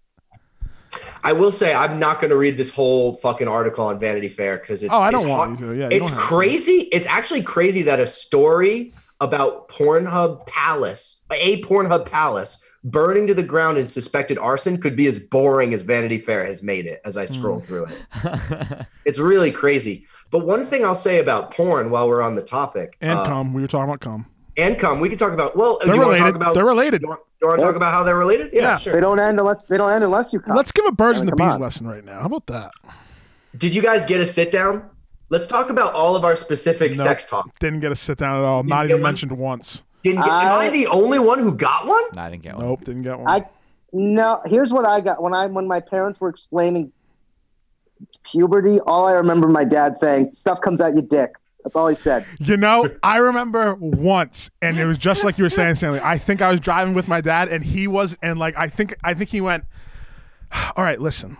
I will say I'm not going to read this whole fucking article on Vanity Fair because it's
Oh, I don't
it's
want
hard-
you to. Yeah, you
it's
don't have to.
crazy. It's actually crazy that a story about Pornhub Palace, a Pornhub Palace burning to the ground in suspected arson, could be as boring as Vanity Fair has made it. As I scroll
Hmm.
through it, it's really crazy. But one thing I'll say about porn, while we're on the topic,
And
uh,
come, we were talking about come.
and cum, we could talk about. Well,
They're
do you want to
related.
talk about?
They're related.
You want, you want to talk about how they're related? Yeah, sure.
They don't end unless they don't end unless you. Come.
Let's give a birds
I
and
mean,
the
come
bees
on.
lesson right now. How about that?
Did you guys get a sit down? Let's talk about all of our specific
Nope.
sex talk.
Didn't get a sit down at all. Not
get
even
one?
mentioned once.
Didn't get, am I
I-
the only one who got one?
I didn't get
Nope, didn't get one.
I no. Here's what I got when I when my parents were explaining puberty. All I remember my dad saying, "Stuff comes out your dick." That's all he said.
You know, I remember once, and it was just like you were saying, Stanley. I think I was driving with my dad, and he was, and like I think, I think he went. All right, listen.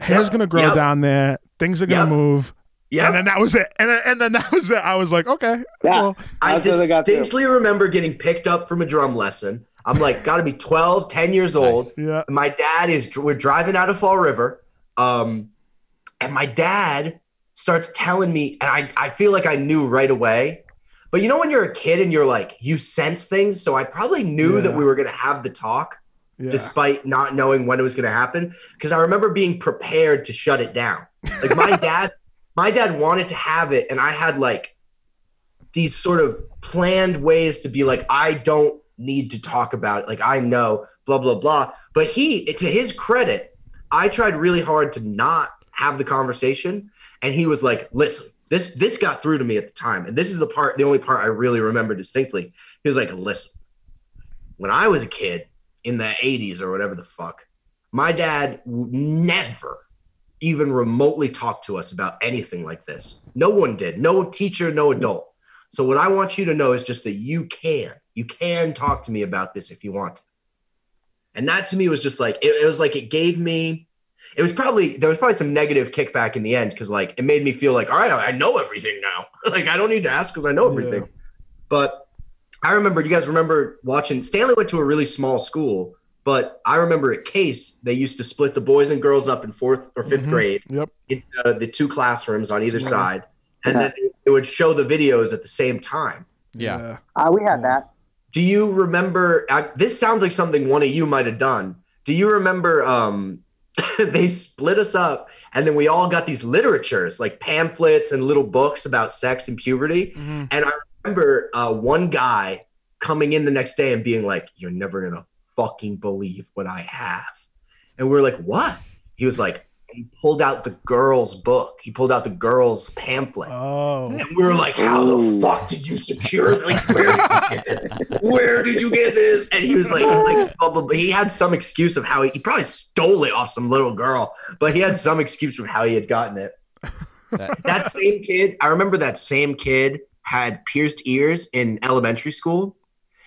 Hair's gonna grow
Yep.
down there. Things are gonna
Yep.
move.
Yep.
And then that was it. And and then that was it. I was like, okay, cool.
I
That's what they got, too.
distinctly remember getting picked up from a drum lesson. I'm like, got to be 12, 10 years old.
Yeah.
My dad is, we're driving out of Fall River. Um, and my dad starts telling me, and I, I feel like I knew right away. But you know, when you're a kid and you're like, you sense things. So I probably knew that
Yeah.
we were going to have the talk
Yeah.
despite not knowing when it was going to happen. Cause I remember being prepared to shut it down. Like my dad, my dad wanted to have it. And I had like, these sort of planned ways to be like, I don't need to talk about it. Like, I know, blah, blah, blah. But he, to his credit, I tried really hard to not have the conversation. And he was like, listen, this, this got through to me at the time. And this is the part, the only part I really remember distinctly. He was like, listen, when I was a kid in the 80s or whatever the fuck, my dad w- never even remotely talked to us about anything like this. No one did. No teacher, no adult. So what I want you to know is just that you can, you can talk to me about this if you want to. And that to me was just like it, it was like it gave me. It was probably there was probably some negative kickback in the end because like it made me feel like all right, I I know everything now. like I don't need to ask because I know everything. But I remember you guys remember watching Stanley went to a really small school, but I remember at Case they used to split the boys and girls up in fourth or 5th
Mhm.
grade
Yep.
in uh, the two classrooms on either
Yeah.
side, and then it would show the videos at the same time.
Yeah.
Uh, we had that.
Do you remember? I, this sounds like something one of you might have done. Do you remember? Um, they split us up, and then we all got these literatures, like pamphlets and little books about sex and puberty.
Mhm.
And I remember uh, one guy coming in the next day and being like, "You're never gonna fucking believe what I have." And we are like, "What?" He was like, "He pulled out the girl's book. He pulled out the girl's pamphlet."
Oh.
And we were like, "How the fuck did you secure? Like, where did you get this? Where did you get this?" And he was like, he, was like, probably- he had some excuse of how he, he probably stole it off some little girl, but he had some excuse of how he had gotten it.
That-
That same kid, I remember that same kid had pierced ears in elementary school,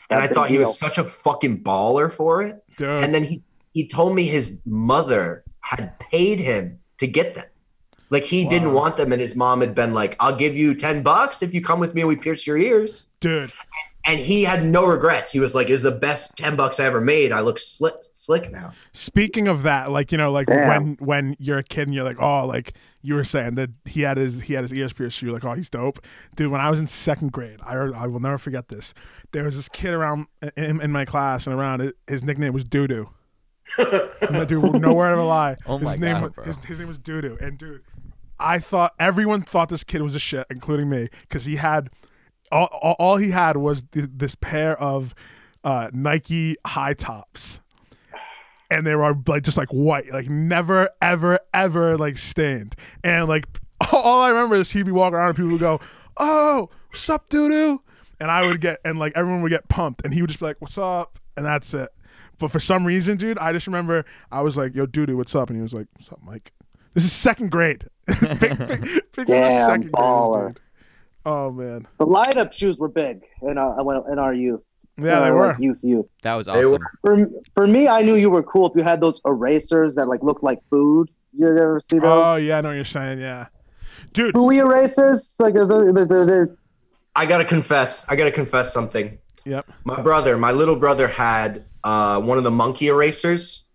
and I
That's a
thought he was
deal.
such a fucking baller for it.
Dude.
And then he he told me his mother had paid him to get them. Like he didn't want them, and his mom had been like, "I'll give you ten bucks if you come with me and we pierce your ears."
Dude,
And he had no regrets. He was like, "Is the best ten bucks I ever made. I look slick, slick now."
Speaking of that, like you know, like
Yeah.
when when you're a kid and you're like, oh, like you were saying that he had his he had his ears pierced. You're like, oh, he's dope, dude. When I was in second grade, I I will never forget this. There was this kid around in, in my class and around. His nickname was Doo Doo. That dude, will nowhere to lie.
Oh my
his name
God,
was,
bro.
His, his name was Doo Doo, and dude, I thought everyone thought this kid was a shit, including me, because he had all, all, all he had was th- this pair of uh, Nike high tops, and they were like just like white, like never ever ever like stained, and like all, all I remember is he'd be walking around and people would go, "Oh, what's up, Doo Doo," and I would get and like everyone would get pumped, and he would just be like, "What's up," and that's it. But for some reason, dude, I just remember I was like, "Yo, Doo Doo, what's up?" And he was like, "What's up, Mike?" This is second grade. Pic- pic- picture
Damn,
second grade,
baller.
dude. Oh man.
The light up shoes were big in our when- in our youth.
Yeah,
In
they
our,
were.
like, youth, youth.
That was
They
awesome.
For, for me, I knew you were cool if you had those erasers that like looked like food. You ever see those?
Oh yeah, I know what you're saying. Yeah, dude.
Buoy erasers, like is there, there, there, there-
I gotta confess. I gotta confess something.
Yep.
My brother, my little brother, had uh, one of the monkey erasers.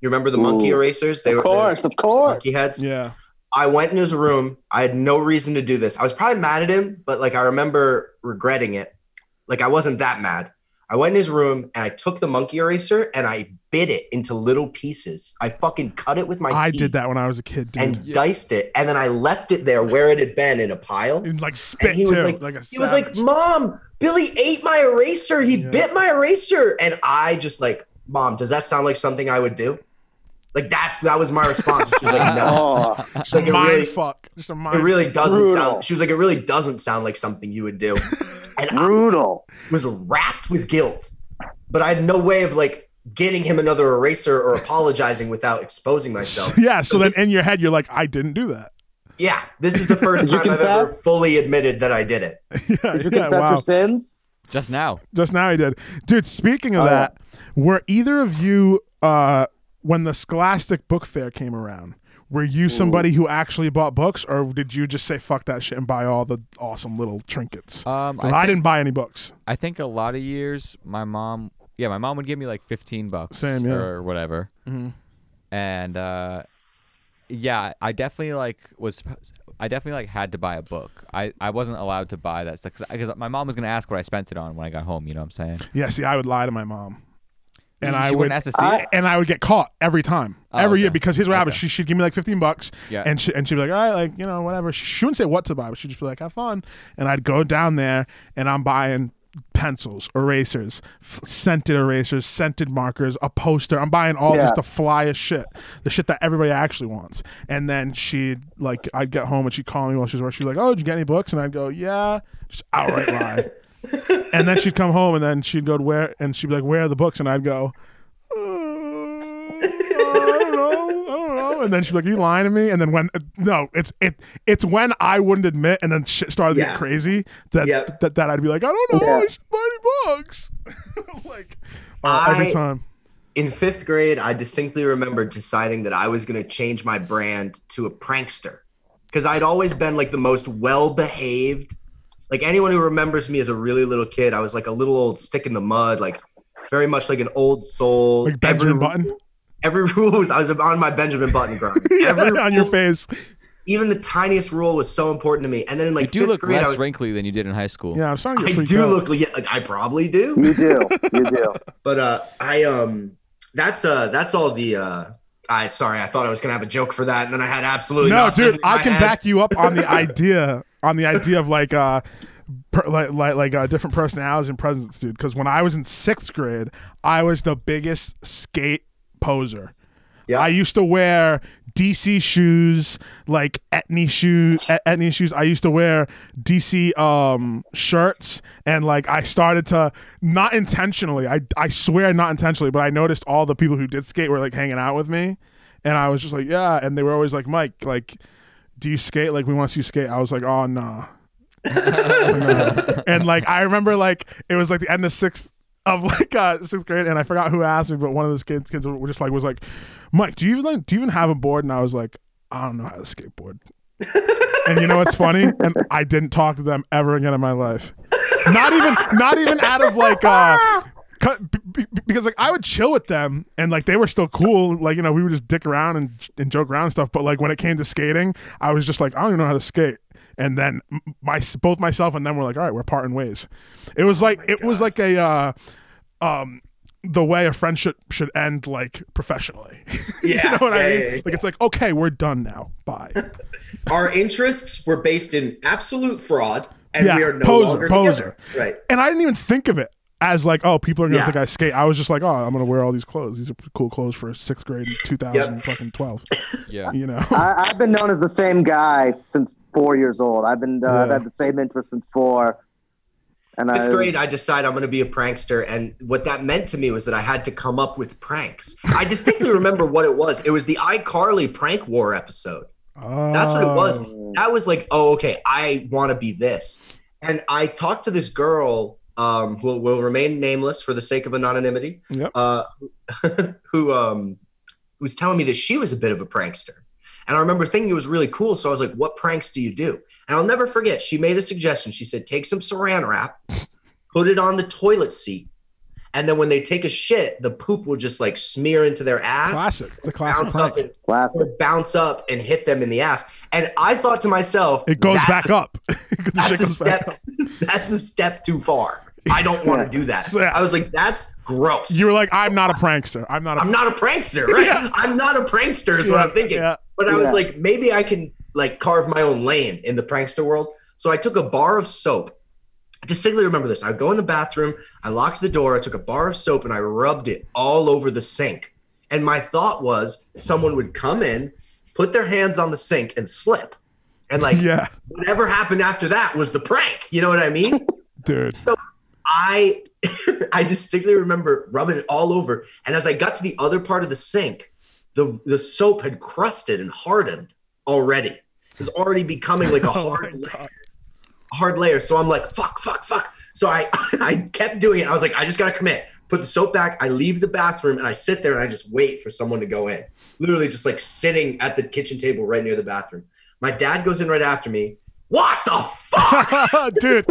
You remember the monkey
Ooh.
erasers? They were
of course, of course.
monkey heads.
Yeah.
I went in his room. I had no reason to do this. I was probably mad at him, but like I remember regretting it. Like I wasn't that mad. I went in his room and I took the monkey eraser and I bit it into little pieces. I fucking cut it with my
I
teeth
did that when I was a kid, dude.
and diced it, and then I left it there where it had been in a pile.
And, like spit
And he
too.
was like,
like a
he was
savage.
like, "Mom, Billy ate my eraser. He
Yeah.
bit my eraser." And I just like, "Mom, does that sound like something I would do?" Like that's that was my response. She was like, "No."
Oh,
just a
like, it
mind
really-
fuck. Just a mind.
It really doesn't
Brutal.
sound. She was like, it really doesn't sound like something you would do. and I
brutal.
was racked with guilt, but I had no way of like getting him another eraser or apologizing without exposing myself.
Yeah. So then in your head, you're like, I didn't do that.
yeah, this is the first
Did you
time I've ever
confess?
fully admitted that I did it.
yeah.
Did you
yeah
confess
wow.
your sins?
Just now.
Just now he did, dude. Speaking of
Oh,
that, were either of you uh when the Scholastic Book Fair came around? Were you somebody who actually bought books, or did you just say fuck that shit and buy all the awesome little trinkets?
Um,
'Cause
I,
I,
think,
didn't buy any books.
I think a lot of years, my mom, yeah, my mom would give me like fifteen bucks,
Same, yeah.
or whatever,
Mm-hmm.
and uh, yeah, I definitely like was, I definitely like had to buy a book. I I wasn't allowed to buy that stuff because my mom was gonna ask what I spent it on when I got home. You know what I'm saying?
Yeah. See, I would lie to my mom, and
She
I
wouldn't
would
ask to see
I-
it.
and I would get caught every time,
Oh,
every year
okay.
because here's what happened.
Okay.
She she'd give me like fifteen bucks,
Yeah.
and she and she'd be like, all right, like you know, whatever. She, she wouldn't say what to buy, but she'd just be like, have fun. And I'd go down there, and I'm buying pencils, erasers, f- scented erasers, scented markers, a poster. I'm buying all
Yeah.
just the flyest shit, the shit that everybody actually wants. And then she'd like, I'd get home and she'd call me while she was working. She'd be like, oh, did you get any books? And I'd go, yeah, just outright lie. and then she'd come home and then she'd go to where and she'd be like, "Where are the books?" And I'd go, "Uh, "I don't know, I don't know." And then she'd be like, "You lying to me?" And then when no, it's it it's when I wouldn't admit, and then shit started to
Yeah.
get crazy that,
Yep.
that that I'd be like, "I don't know,
Yeah.
I should buy any books." like uh, every
I-
time,
In fifth grade, I distinctly remember deciding that I was going to change my brand to a prankster because I'd always been like the most well behaved. Like anyone who remembers me as a really little kid, I was like a little old stick in the mud, like very much like an old soul.
like Benjamin
every,
Button
Every rule was I was on my Benjamin Button grind. every
on your
rule-
face.
even the tiniest rule was so important to me. And then in
You
like
do
fifth
look
grade,
less
I was.
wrinkly than you did in high school.
Yeah, I'm starting to
I
get freaked
do
out.
look, yeah, like, I probably do.
You do, you do.
But uh, I um, that's uh, that's all the uh, I sorry, I thought I was gonna have a joke for that, and then I had absolutely
no,
nothing
dude,
in
I
my
can
head.
back you up on the idea on the idea of like uh per, like like, like uh, different personalities and presence, dude. Because when I was in sixth grade, I was the biggest skate poser.
Yeah.
I used to wear DC shoes, like Etney shoes, Et- Etney shoes. I used to wear DC um, shirts, and like I started to not intentionally. I I swear not intentionally, but I noticed all the people who did skate were like hanging out with me, and I was just like, yeah. And they were always like, Mike, like, do you skate? Like, we want to see you skate. I was like, oh nah. No. And like I remember like it was like the end of sixth of like uh sixth grade and I forgot who asked me, but one of those kids kids were just like was like, Mike, do you even like do you even have a board? And I was like, I don't know how to skateboard. and you know what's funny? And I didn't talk to them ever again in my life. Not even, not even out of like, uh, cut, b- b- because like I would chill with them and like they were still cool. Like you know we would just dick around and and joke around and stuff. But like when it came to skating, I was just like I don't even know how to skate. And then m- my both myself and them were like, all right, we're parting ways. It
Oh
was like it was like a. Uh, um, the way a friendship should end, like professionally.
Yeah,
you know what I
yeah,
mean?
yeah, yeah.
like it's like, okay, we're done now. Bye.
Our interests were based in absolute fraud, and
Yeah,
we are no
poser,
longer
poser.
together. Right.
and I didn't even think of it as like, oh, people are gonna
Yeah.
think I skate. I was just like, oh, I'm gonna wear all these clothes. These are cool clothes for sixth grade, in 2012.
Yeah.
You know,
I, I've been known as the same guy since four years old. I've been uh, I've
Yeah.
had the same interest since four. And I,
Fifth grade, I decide I'm going to be a prankster, and what that meant to me was that I had to come up with pranks. I distinctly remember what it was. It was the iCarly prank war episode. That's what it was. That was like, oh, okay, I want to be this. And I talked to this girl um, who will remain nameless for the sake of anonymity,
Yep.
uh, who um, was telling me that she was a bit of a prankster. And I remember thinking it was really cool. So I was like, what pranks do you do? And I'll never forget, she made a suggestion. She said, take some saran wrap, put it on the toilet seat. And then when they take a shit, the poop will just like smear into their ass,
classic. The classic.
bounce up
prank.
and
Classic.
would bounce up and hit them in the ass. And I thought to myself,
It goes
that's
back
a,
up. The shit
That's a
goes back
step. That's a step too far. I don't want to do that.
So, yeah.
I was like, that's gross.
You were like, I'm not a prankster. I'm not a.
I'm not a prankster, right? I'm not a prankster is what I'm thinking.
Yeah.
But I was
Yeah.
like, maybe I can like carve my own lane in the prankster world. So I took a bar of soap. I distinctly remember this. I would go in the bathroom, I locked the door, I took a bar of soap and I rubbed it all over the sink. And my thought was someone would come in, put their hands on the sink and slip. And like
Yeah,
whatever happened after that was the prank. You know what I mean?
dude.
I I distinctly remember rubbing it all over, and as I got to the other part of the sink, the the soap had crusted and hardened already. It was already becoming like a hard layer, a hard layer. So I'm like, fuck, fuck, fuck. So I I kept doing it. I was like, I just gotta commit. Put the soap back. I leave the bathroom and I sit there and I just wait for someone to go in. Literally just like sitting at the kitchen table right near the bathroom. My dad goes in right after me. What the fuck?
dude,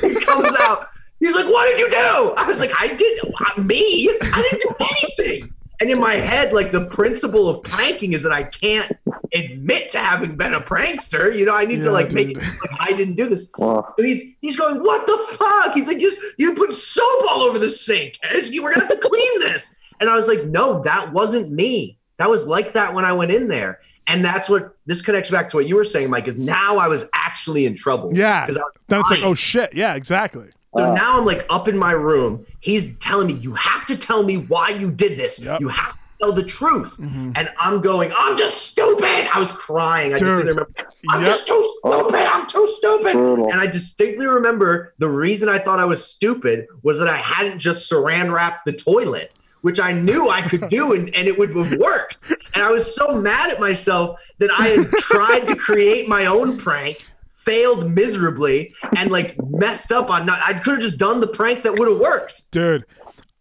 he comes out. He's like, "What did you do?" I was like, "I did uh, me. I didn't do anything." And in my head, like the principle of pranking is that I can't admit to having been a prankster. You know, I need
Yeah,
to like make it
dude.
like I didn't do this.
Wow.
So he's he's going, "What the fuck?" He's like, "Just you put soap all over the sink. It's- You were gonna have to clean this." And I was like, "No, that wasn't me. That was like that when I went in there." And that's what this connects back to what you were saying, Mike. Is now I was actually in trouble.
Yeah.
because I was
Then it's like,
lying.
oh shit. Yeah, exactly.
So
Uh.
now I'm like up in my room. He's telling me, you have to tell me why you did this.
Yep.
You have to tell the truth.
Mm-hmm.
And I'm going, I'm just stupid. I was crying. I just
Dude.
remember, I'm
Yep.
just too stupid. I'm too stupid.
Brutal.
And I distinctly remember the reason I thought I was stupid was that I hadn't just saran wrapped the toilet, which I knew I could do and, and it would have worked. And I was so mad at myself that I had tried to create my own prank, failed miserably, and like messed up on not I could have just done the prank that would have worked.
dude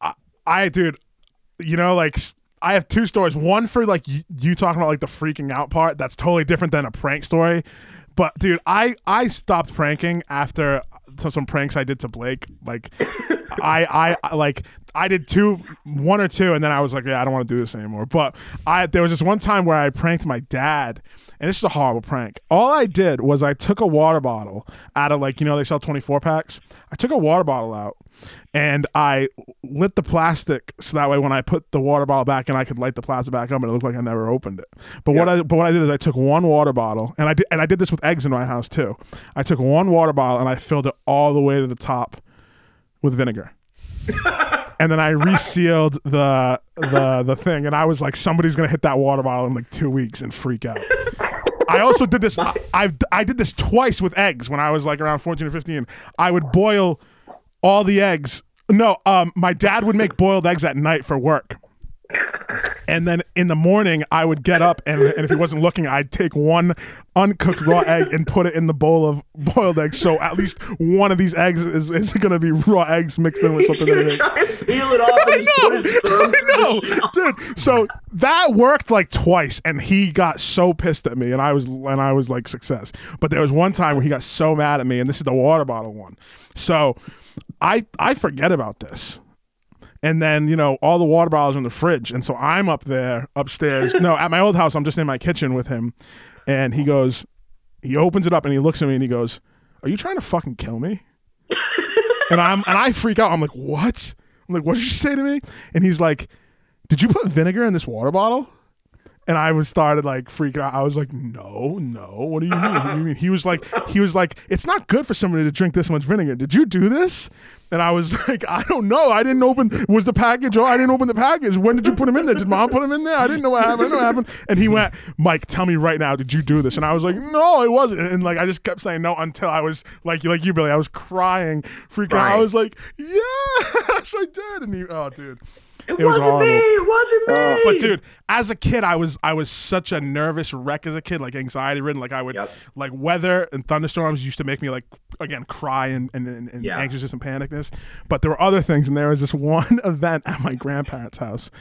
I, I dude you know like s- i have two stories one for like y- you talking about like the freaking out part that's totally different than a prank story but dude i i stopped pranking after some, some pranks i did to blake like I, I I like i did two one or two and then i was like yeah i don't want to do this anymore but i there was this one time where i pranked my dad and this is a horrible prank. All I did was I took a water bottle out of like you know they sell 24 packs. I took a water bottle out and I lit the plastic so that way when I put the water bottle back in I could light the plastic back up and it looked like I never opened it. But what I but what I did is I took one water bottle and I did and I did this with eggs in my house too. I took one water bottle and I filled it all the way to the top with vinegar. and then I resealed the the the thing, and I was like, somebody's gonna hit that water bottle in like two weeks and freak out. I also did this. I, I've I did this twice with eggs when I was like around fourteen or fifteen. I would boil all the eggs. No, um, my dad would make boiled eggs at night for work. And then in the morning, I would get up and, and if he wasn't looking, I'd take one uncooked raw egg and put it in the bowl of boiled eggs. So at least one of these eggs is, is going to be raw eggs mixed in with
He's
something.
gonna
that it is.
try and peel it off and just put his thumb through
No,
the shell.
dude. So that worked like twice, and he got so pissed at me, and I was and I was like success. But there was one time where he got so mad at me, and this is the water bottle one. So I I forget about this. And then, you know, all the water bottles in the fridge. And so I'm up there upstairs. no, at my old house, I'm just in my kitchen with him. And he goes, he opens it up and he looks at me and he goes, Are you trying to fucking kill me? and I'm and I freak out. I'm like, what? I'm like, what did you say to me? And he's like, did you put vinegar in this water bottle? And I was started like freaking out. I was like, no, no. What do you mean? What do you mean? He was like, he was like, it's not good for somebody to drink this much vinegar. Did you do this? And I was like, I don't know. I didn't open. Was the package? Oh, I didn't open the package. When did you put him in there? Did mom put him in there? I didn't know what happened. I didn't know what happened. And he went, Mike, tell me right now, did you do this? And I was like, no, it wasn't. And, and, like I just kept saying no until I was like, like you, Billy. I was crying, freaking out. I
Right.
was like, yes, I did. And he, oh, dude,
It, wasn't me. It wasn't me.
Uh, but dude, as a kid, I was I was such a nervous wreck as a kid, like anxiety ridden. Like I would
Yep.
like weather and thunderstorms used to make me like again cry and and, and, and
Yeah.
anxiousness and panicness. But there were other things, and there was this one event at my grandparents' house.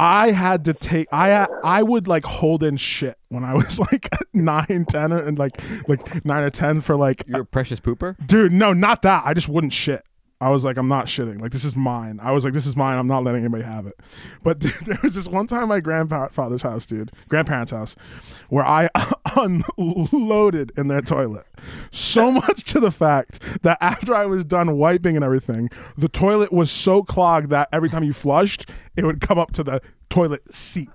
I had to take I I would like hold in shit when I was like nine, ten, and like like nine or ten for like
You're a precious pooper.
dude no not that i just wouldn't shit i was like i'm not shitting like this is mine i was like this is mine i'm not letting anybody have it but dude, there was this one time at my grandfather's house dude grandparents house where i unloaded in their toilet so much to the fact that after i was done wiping and everything the toilet was so clogged that every time you flushed it would come up to the toilet seat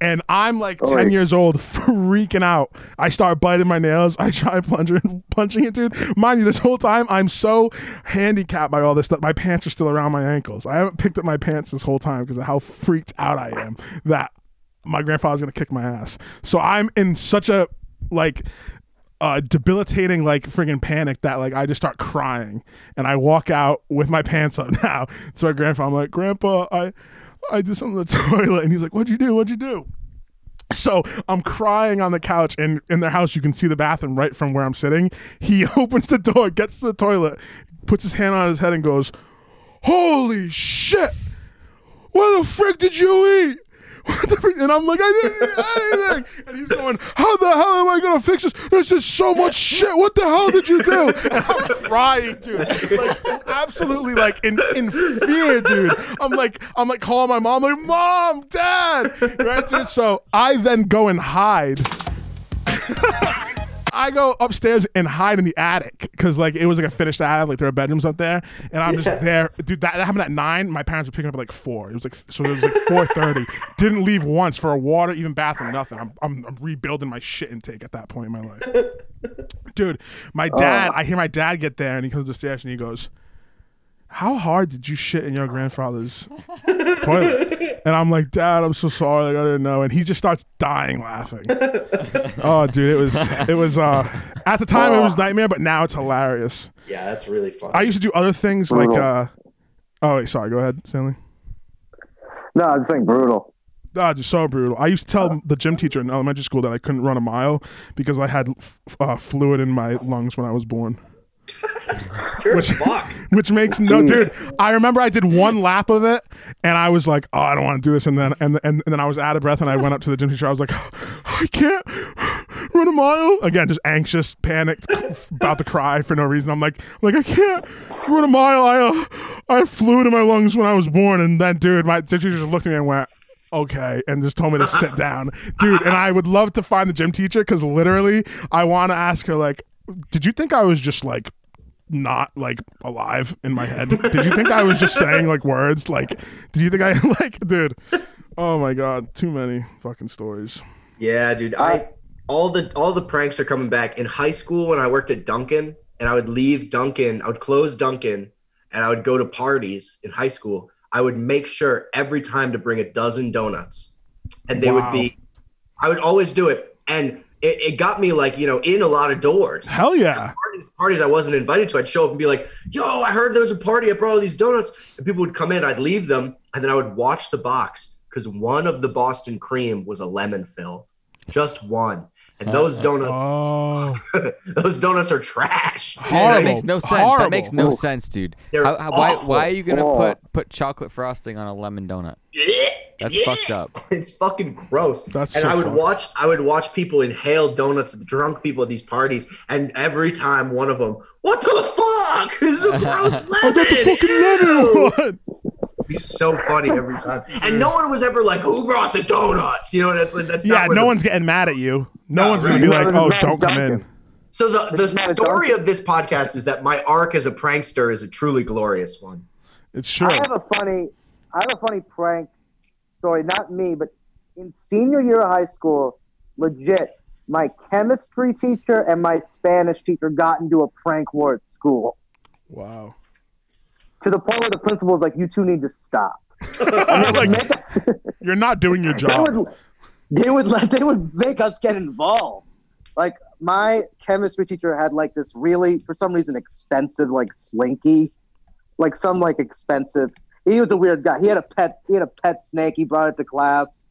and I'm like 10 years old, freaking out. I start biting my nails. I try plunging, punching it, dude. Mind you, this whole time, I'm so handicapped by all this stuff. My pants are still around my ankles. I haven't picked up my pants this whole time because of how freaked out I am that my grandfather's going to kick my ass. So I'm in such a, like, uh, debilitating like friggin' panic that like I just start crying and I walk out with my pants up now to my grandpa. I'm like, Grandpa, I I did something in the toilet, and he's like, What'd you do? What'd you do? So I'm crying on the couch, and in their house, you can see the bathroom right from where I'm sitting. He opens the door, gets to the toilet, puts his hand on his head, and goes, Holy shit! What the frick did you eat? What the frick? And I'm like, I didn't eat anything. And he's going, How the hell am I going to fix this? This is so much shit. What the hell did you do? And I'm crying, dude. Like, absolutely, like, in, in fear, dude. I'm like, I'm like calling my mom, like, Mom, Dad. Right, dude? So I then go and hide. I go upstairs and hide in the attic because like it was like a finished attic, like there are bedrooms up there, and I'm just there, dude. That, that happened at nine. My parents were picking up at like four. It was like so it was like four thirty. Didn't leave once for a water, even bathroom, nothing. I'm, I'm I'm rebuilding my shit intake at that point in my life, dude. My dad, I hear my dad get there and he comes up the stairs and he goes, "How hard did you shit in your grandfather's toilet?" And I'm like, "Dad, I'm so sorry. Like I didn't know." And he just starts dying laughing. Oh, dude, it was it was uh at the time it was nightmare, but now it's hilarious.
Yeah, that's really fun.
I used to do other things like uh oh wait, sorry, go ahead, Stanley.
No, I'm saying brutal.
Ah, just so brutal. I used to tell the gym teacher in elementary school that I couldn't run a mile because I had f- uh, fluid in my lungs when I was born.
You're a fuck.
which makes no dude i remember i did one lap of it and i was like oh i don't want to do this and then and, and, and then i was out of breath and i went up to the gym teacher i was like i can't run a mile again just anxious panicked about to cry for no reason i'm like like i can't run a mile i uh, i flew to my lungs when i was born and then dude my gym teacher just looked at me and went okay and just told me to sit down dude and i would love to find the gym teacher because literally i want to ask her like did you think i was just like not like alive in my head. Did you think I was just saying like words? Like, did you think I like, dude? Oh my god, too many fucking stories.
Yeah, dude. I all the all the pranks are coming back. In high school, when I worked at Duncan, and I would leave Duncan, I would close Duncan, and I would go to parties in high school. I would make sure every time to bring a dozen donuts, and they
Wow.
would be. I would always do it, and it, it got me like you know in a lot of doors.
Hell yeah,
parties, parties I wasn't invited to, I'd show up and be like, yo, I heard there was a party. I brought all these donuts. And people would come in, I'd leave them, and then I would watch the box because one of the Boston cream was a lemon filled, just one. And those donuts,
Oh,
those donuts are trash.
That makes no sense. That makes no sense, dude.
They're
How- how- why,
awful.
why are you gonna
Oh.
put put chocolate frosting on a lemon donut? That's fucked up.
It's fucking gross.
That's
and
so
I would
fucked.
watch I would watch people inhale donuts, drunk people at these parties, and every time one of them, what the fuck? This is a gross lemon. Ew!" It'd be so funny every time. And no one was ever like, who brought the donuts? You know, that's like that's
yeah,
not where
no
the-
one's getting mad at you. No
No,
one's
right.
gonna be
No,
like,
it's
"Oh,
not
don't come in."
So the, the
not a
story of this podcast is that my arc as a prankster is a truly glorious one.
It's true.
I have a funny, I have a funny prank story. Not me, but in senior year of high school, legit, my chemistry teacher and my Spanish teacher got into a prank war at school
Wow.
to the point where the principal was like, "You two need to stop."
Oh You're not doing your job.
They would, they would let they would make us get involved. Like my chemistry teacher had like this really for some reason expensive like slinky, like some like expensive. He was a weird guy. He had a pet. He had a pet snake. He brought it to class.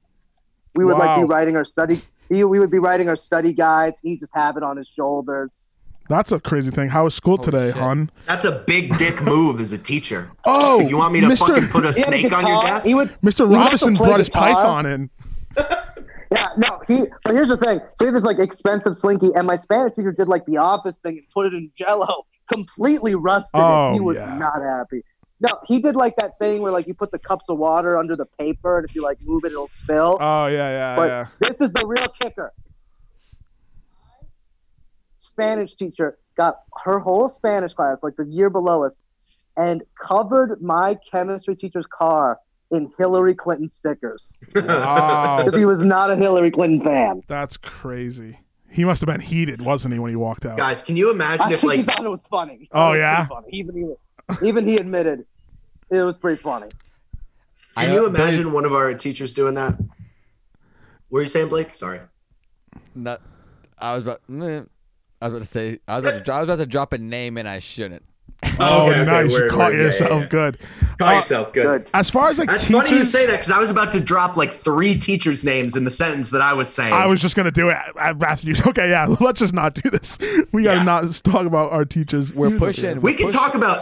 We would like be
Wow.
writing our study. He, we would be writing our study guides. He'd just have it on his shoulders.
That's a crazy thing. How was school today, hon?
That's a big dick move as a teacher.
Oh,
So you want me to
Mr.
fucking put a
He had a
snake on your
guitar.
desk?
He would- Mr. he would also Robinson play brought his guitar. python in.
Yeah, no, he. But here's the thing. So he had this like expensive slinky, and my Spanish teacher did like the office thing and put it in Jello, completely rusted.
Oh,
it. He was
yeah.
not happy. No, he did like that thing where like you put the cups of water under the paper, and if you like move it, it'll spill.
Oh yeah, yeah,
but
yeah.
this is the real kicker. Spanish teacher got her whole Spanish class, like the year below us, and covered my chemistry teacher's car in Hillary Clinton stickers.
Wow.
Because he was not a Hillary Clinton fan.
That's crazy. He must have been heated, wasn't he, when he walked out?
Guys, can you imagine
I
if
think he
like
thought it was funny.
Oh,
It was
yeah?
pretty funny. Even he, even he admitted it was pretty funny.
Can you imagine one of our teachers doing that? What are you saying, Blake? Sorry.
Not, I was about. meh. I was about to say. I was about to, dro- I was about to drop a name and I shouldn't.
Oh, nice. you caught yourself good. Uh,
Caught yourself good.
As far as like
That's
teachers,
funny you say that because I was about to drop like three teachers' names in the sentence that I was saying.
I was just gonna do it a- after you. Okay, yeah. Let's just not do this. We gotta not talk about our teachers.
We're pushing.
We
we're
can
pushing-
talk
about.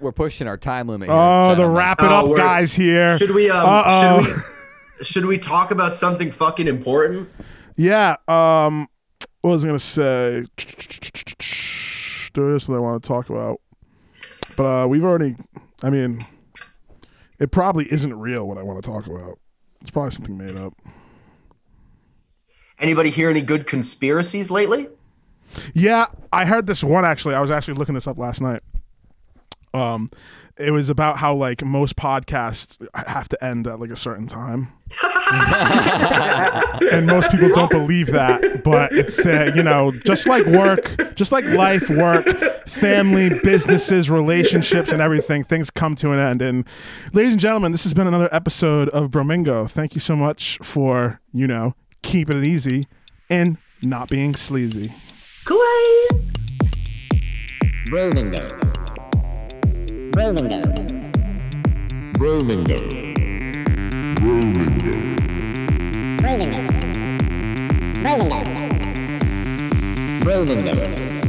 We're pushing our time limit. Here,
Oh, the
gentlemen.
wrap it up, guys. Here.
Should we? Um,
Uh-oh.
Should we? Should we talk about something fucking important?
Yeah. Um, what was I gonna say? There is something I want to talk about, but uh, we've already. I mean, it probably isn't real what I want to talk about. It's probably something made up.
Anybody hear any good conspiracies lately?
Yeah, I heard this one actually. I was actually looking this up last night. Um, it was about how like most podcasts have to end at like a certain time, and most people don't believe that. But it's uh, you know just like work, just like life, work, family, businesses, relationships, and everything. Things come to an end. And ladies and gentlemen, this has been another episode of Bromingo. Thank you so much for you know keeping it easy and not being sleazy.
Brovingo. Brovingo. Brovingo. Brovingo. Brovingo. Brovingo.